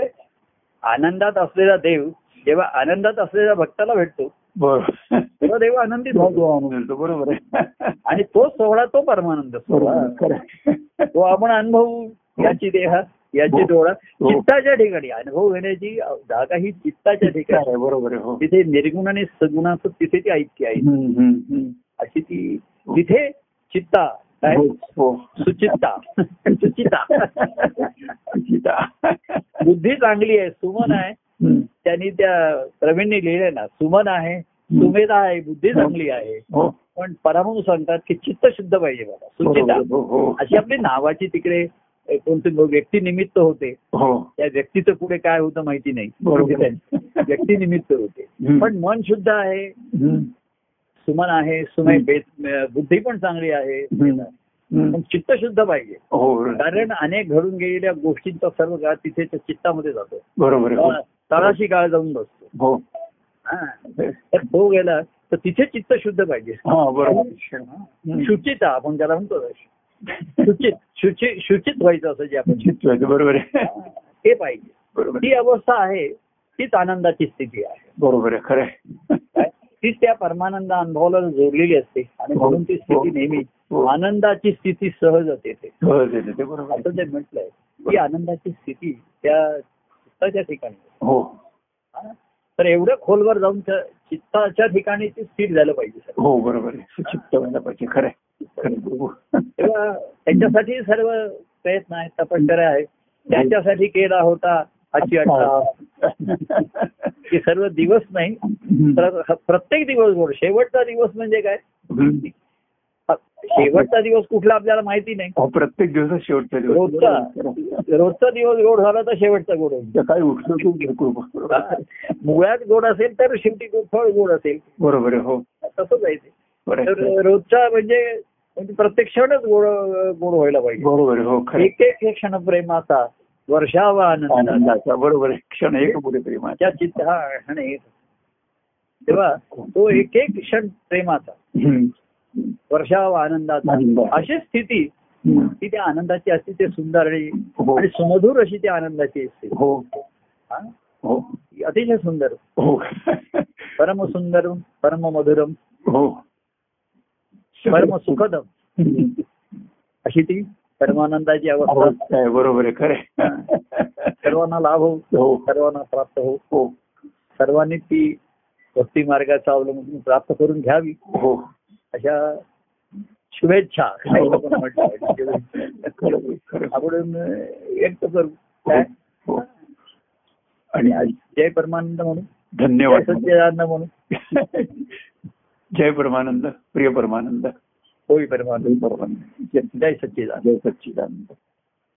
आनंदात असलेला देव जेव्हा आनंदात असलेल्या भक्ताला भेटतो
बरोबर
तेव्हा देव आनंदित होतो
बरोबर आहे
आणि तो सोहळा तो परमानंद सोहळा
बरोबर खरं
तो आपण अनुभवू याची देहा याची
हो.
डोळा
हो.
चित्ताच्या ठिकाणी अनुभव घेण्याची जागा ही चित्ताच्या ठिकाणी
आहे बरोबर आहे हो
तिथे निर्गुण आणि सगुणाचं तिथे ती ऐक्य आहे
हम्म, हम्म, हम्म.
अशी ती तिथे चित्ता काय
हो, हो.
सुचित्ता सुचिता
गीता.
बुद्धी चांगली आहे सुमन आहे
हम्म.
त्यांनी त्या प्रवीणने लिहिलंय ना सुमन आहे सुमेधा आहे बुद्धी चांगली आहे
हो
पण परामू सांगतात की चित्त शुद्ध पाहिजे बाबा सुचिता
बरोबर, हो हो
अशी आपली नावाची तिकडे अ, कोणती व्यक्ती निमित्त होते
हो
त्या व्यक्तीचं पुढे काय होतं माहिती नाही म्हणजे
बरोबर.
व्यक्ती निमित्त होते
हम्म.
पण मन शुद्ध आहे
हम्म,
सुमन आहे सुमय
हम्म.
बेत- अ, बुद्धी पण चांगली आहे
हम्म.
पण
हम्म.
चित्त शुद्ध पाहिजे
हो
कारण अनेक घडून गेलेल्या गोष्टींचा सर्व काळ तिथे त्या चित्तामध्ये जातो
बरोबर आहे,
तळा- तळाशी काळ जाऊन बसतो
हो हो
हा. तर तो गेला तर तिथे चित्त शुद्ध पाहिजे
हा बरोबर हम्म.
शुचिता आपण ज्याला म्हणतो ना, शुचित शुचित शुचित व्हायचं असं जे आपण
चित्त आहे, बरोबर आहे
ते पाहिजे
बरोबर आहे.
ती अवस्था आहे तीच आनंदाची स्थिती आहे
बरोबर आहे खरं आहे.
काय? तीच त्या परमानंद अनुभवाला जोडलेली असते आणि म्हणून ती स्थिती नेहमी
हो.
आनंदाची स्थिती सहज येते
हो, ते- ते- ते बरोबर आहे.
असं जे म्हटलंय ती आनंदाची स्थिती त्या चित्ताच्या ठिकाणी
हो
हा? तर एवढं खोलवर जाऊन त्या चित्ताच्या ठिकाणी ती स्थिर झालं पाहिजे सर
हो बरोबर आहे सुचित्त व्हायला पाहिजे खरं आहे. खरं आहे, हो.
तेव्हा त्याच्यासाठी सर्व प्रयत्न आहेत तपश्चर्या आहे त्याच्यासाठी केला होता आजची अठरा हे सर्व दिवस नाही तर ह- प्रत्येक दिवस गोड शेवटचा दिवस म्हणजे काय
हम्म.
हा, शेवटचा दिवस कुठला आपल्याला माहिती नाही
हो, प्रत्येक दिवसात शेवटचा दिवस
रोजचा रोजचा दिवस गोड झाला तर शेवटचा गोड होईल
सकाळी उठलो की गिरकुळ बरोबर
हा. मुळात गोड असेल तर शेवटी गोड- फळ गोड असेल
बरोबर आहे हो
तसंच आहे ते
बरोबर आहे.
तर रोजचा म्हणजे म्हणजे प्रत्येक क्षणच गोड गोड व्हायला पाहिजे
बरोबर आहे हो खरं
एक एक एक क्षण प्रेमाचा वर्षावा आनंदाचा
आनंदाचा बरोबर आहे क्षण एक पुढे प्रेमाचा
त्या चित्त हा क्षण एक तेव्हा तो एक एक क्षण प्रेमाचा
हम्म.
वर्षाव आनंदाचा
आनंदाचा.
अशी स्थिती ती त्या आनंदाची असते ते सुंदर आणि
हो.
आणि सुमधुर अशी त्या आनंदाची असते
हो
हा?
हो
ती अतिशय सुंदर
हो
परम सुंदर परम मधुरम
हो
परम सुखदम
हम्म.
अशी ती परमानंदाची अवस्था
अवस्था आहे, बरोबर आहे खरे
सर्वांना लाभ हो
हो
सर्वांना प्राप्त हो
हो
सर्वांनी ती भक्ती मार्गाचा अवलंबून प्राप्त करून घ्यावी
हो
अशा शुभेच्छा काही लोकांना म्हटलं पाहिजे.
खरं आहे, खरं आहे.
आपण व्यक्त करू काय?
हो. आणि आज
जय परमानंद म्हणून जय
धन्यवाद
सच्चिदानंद म्हणून
जय परमानंद प्रिय परमानंद
होई परमानंद
परमानंद
जय सच्चिदानंद
जय सच्चिदानंद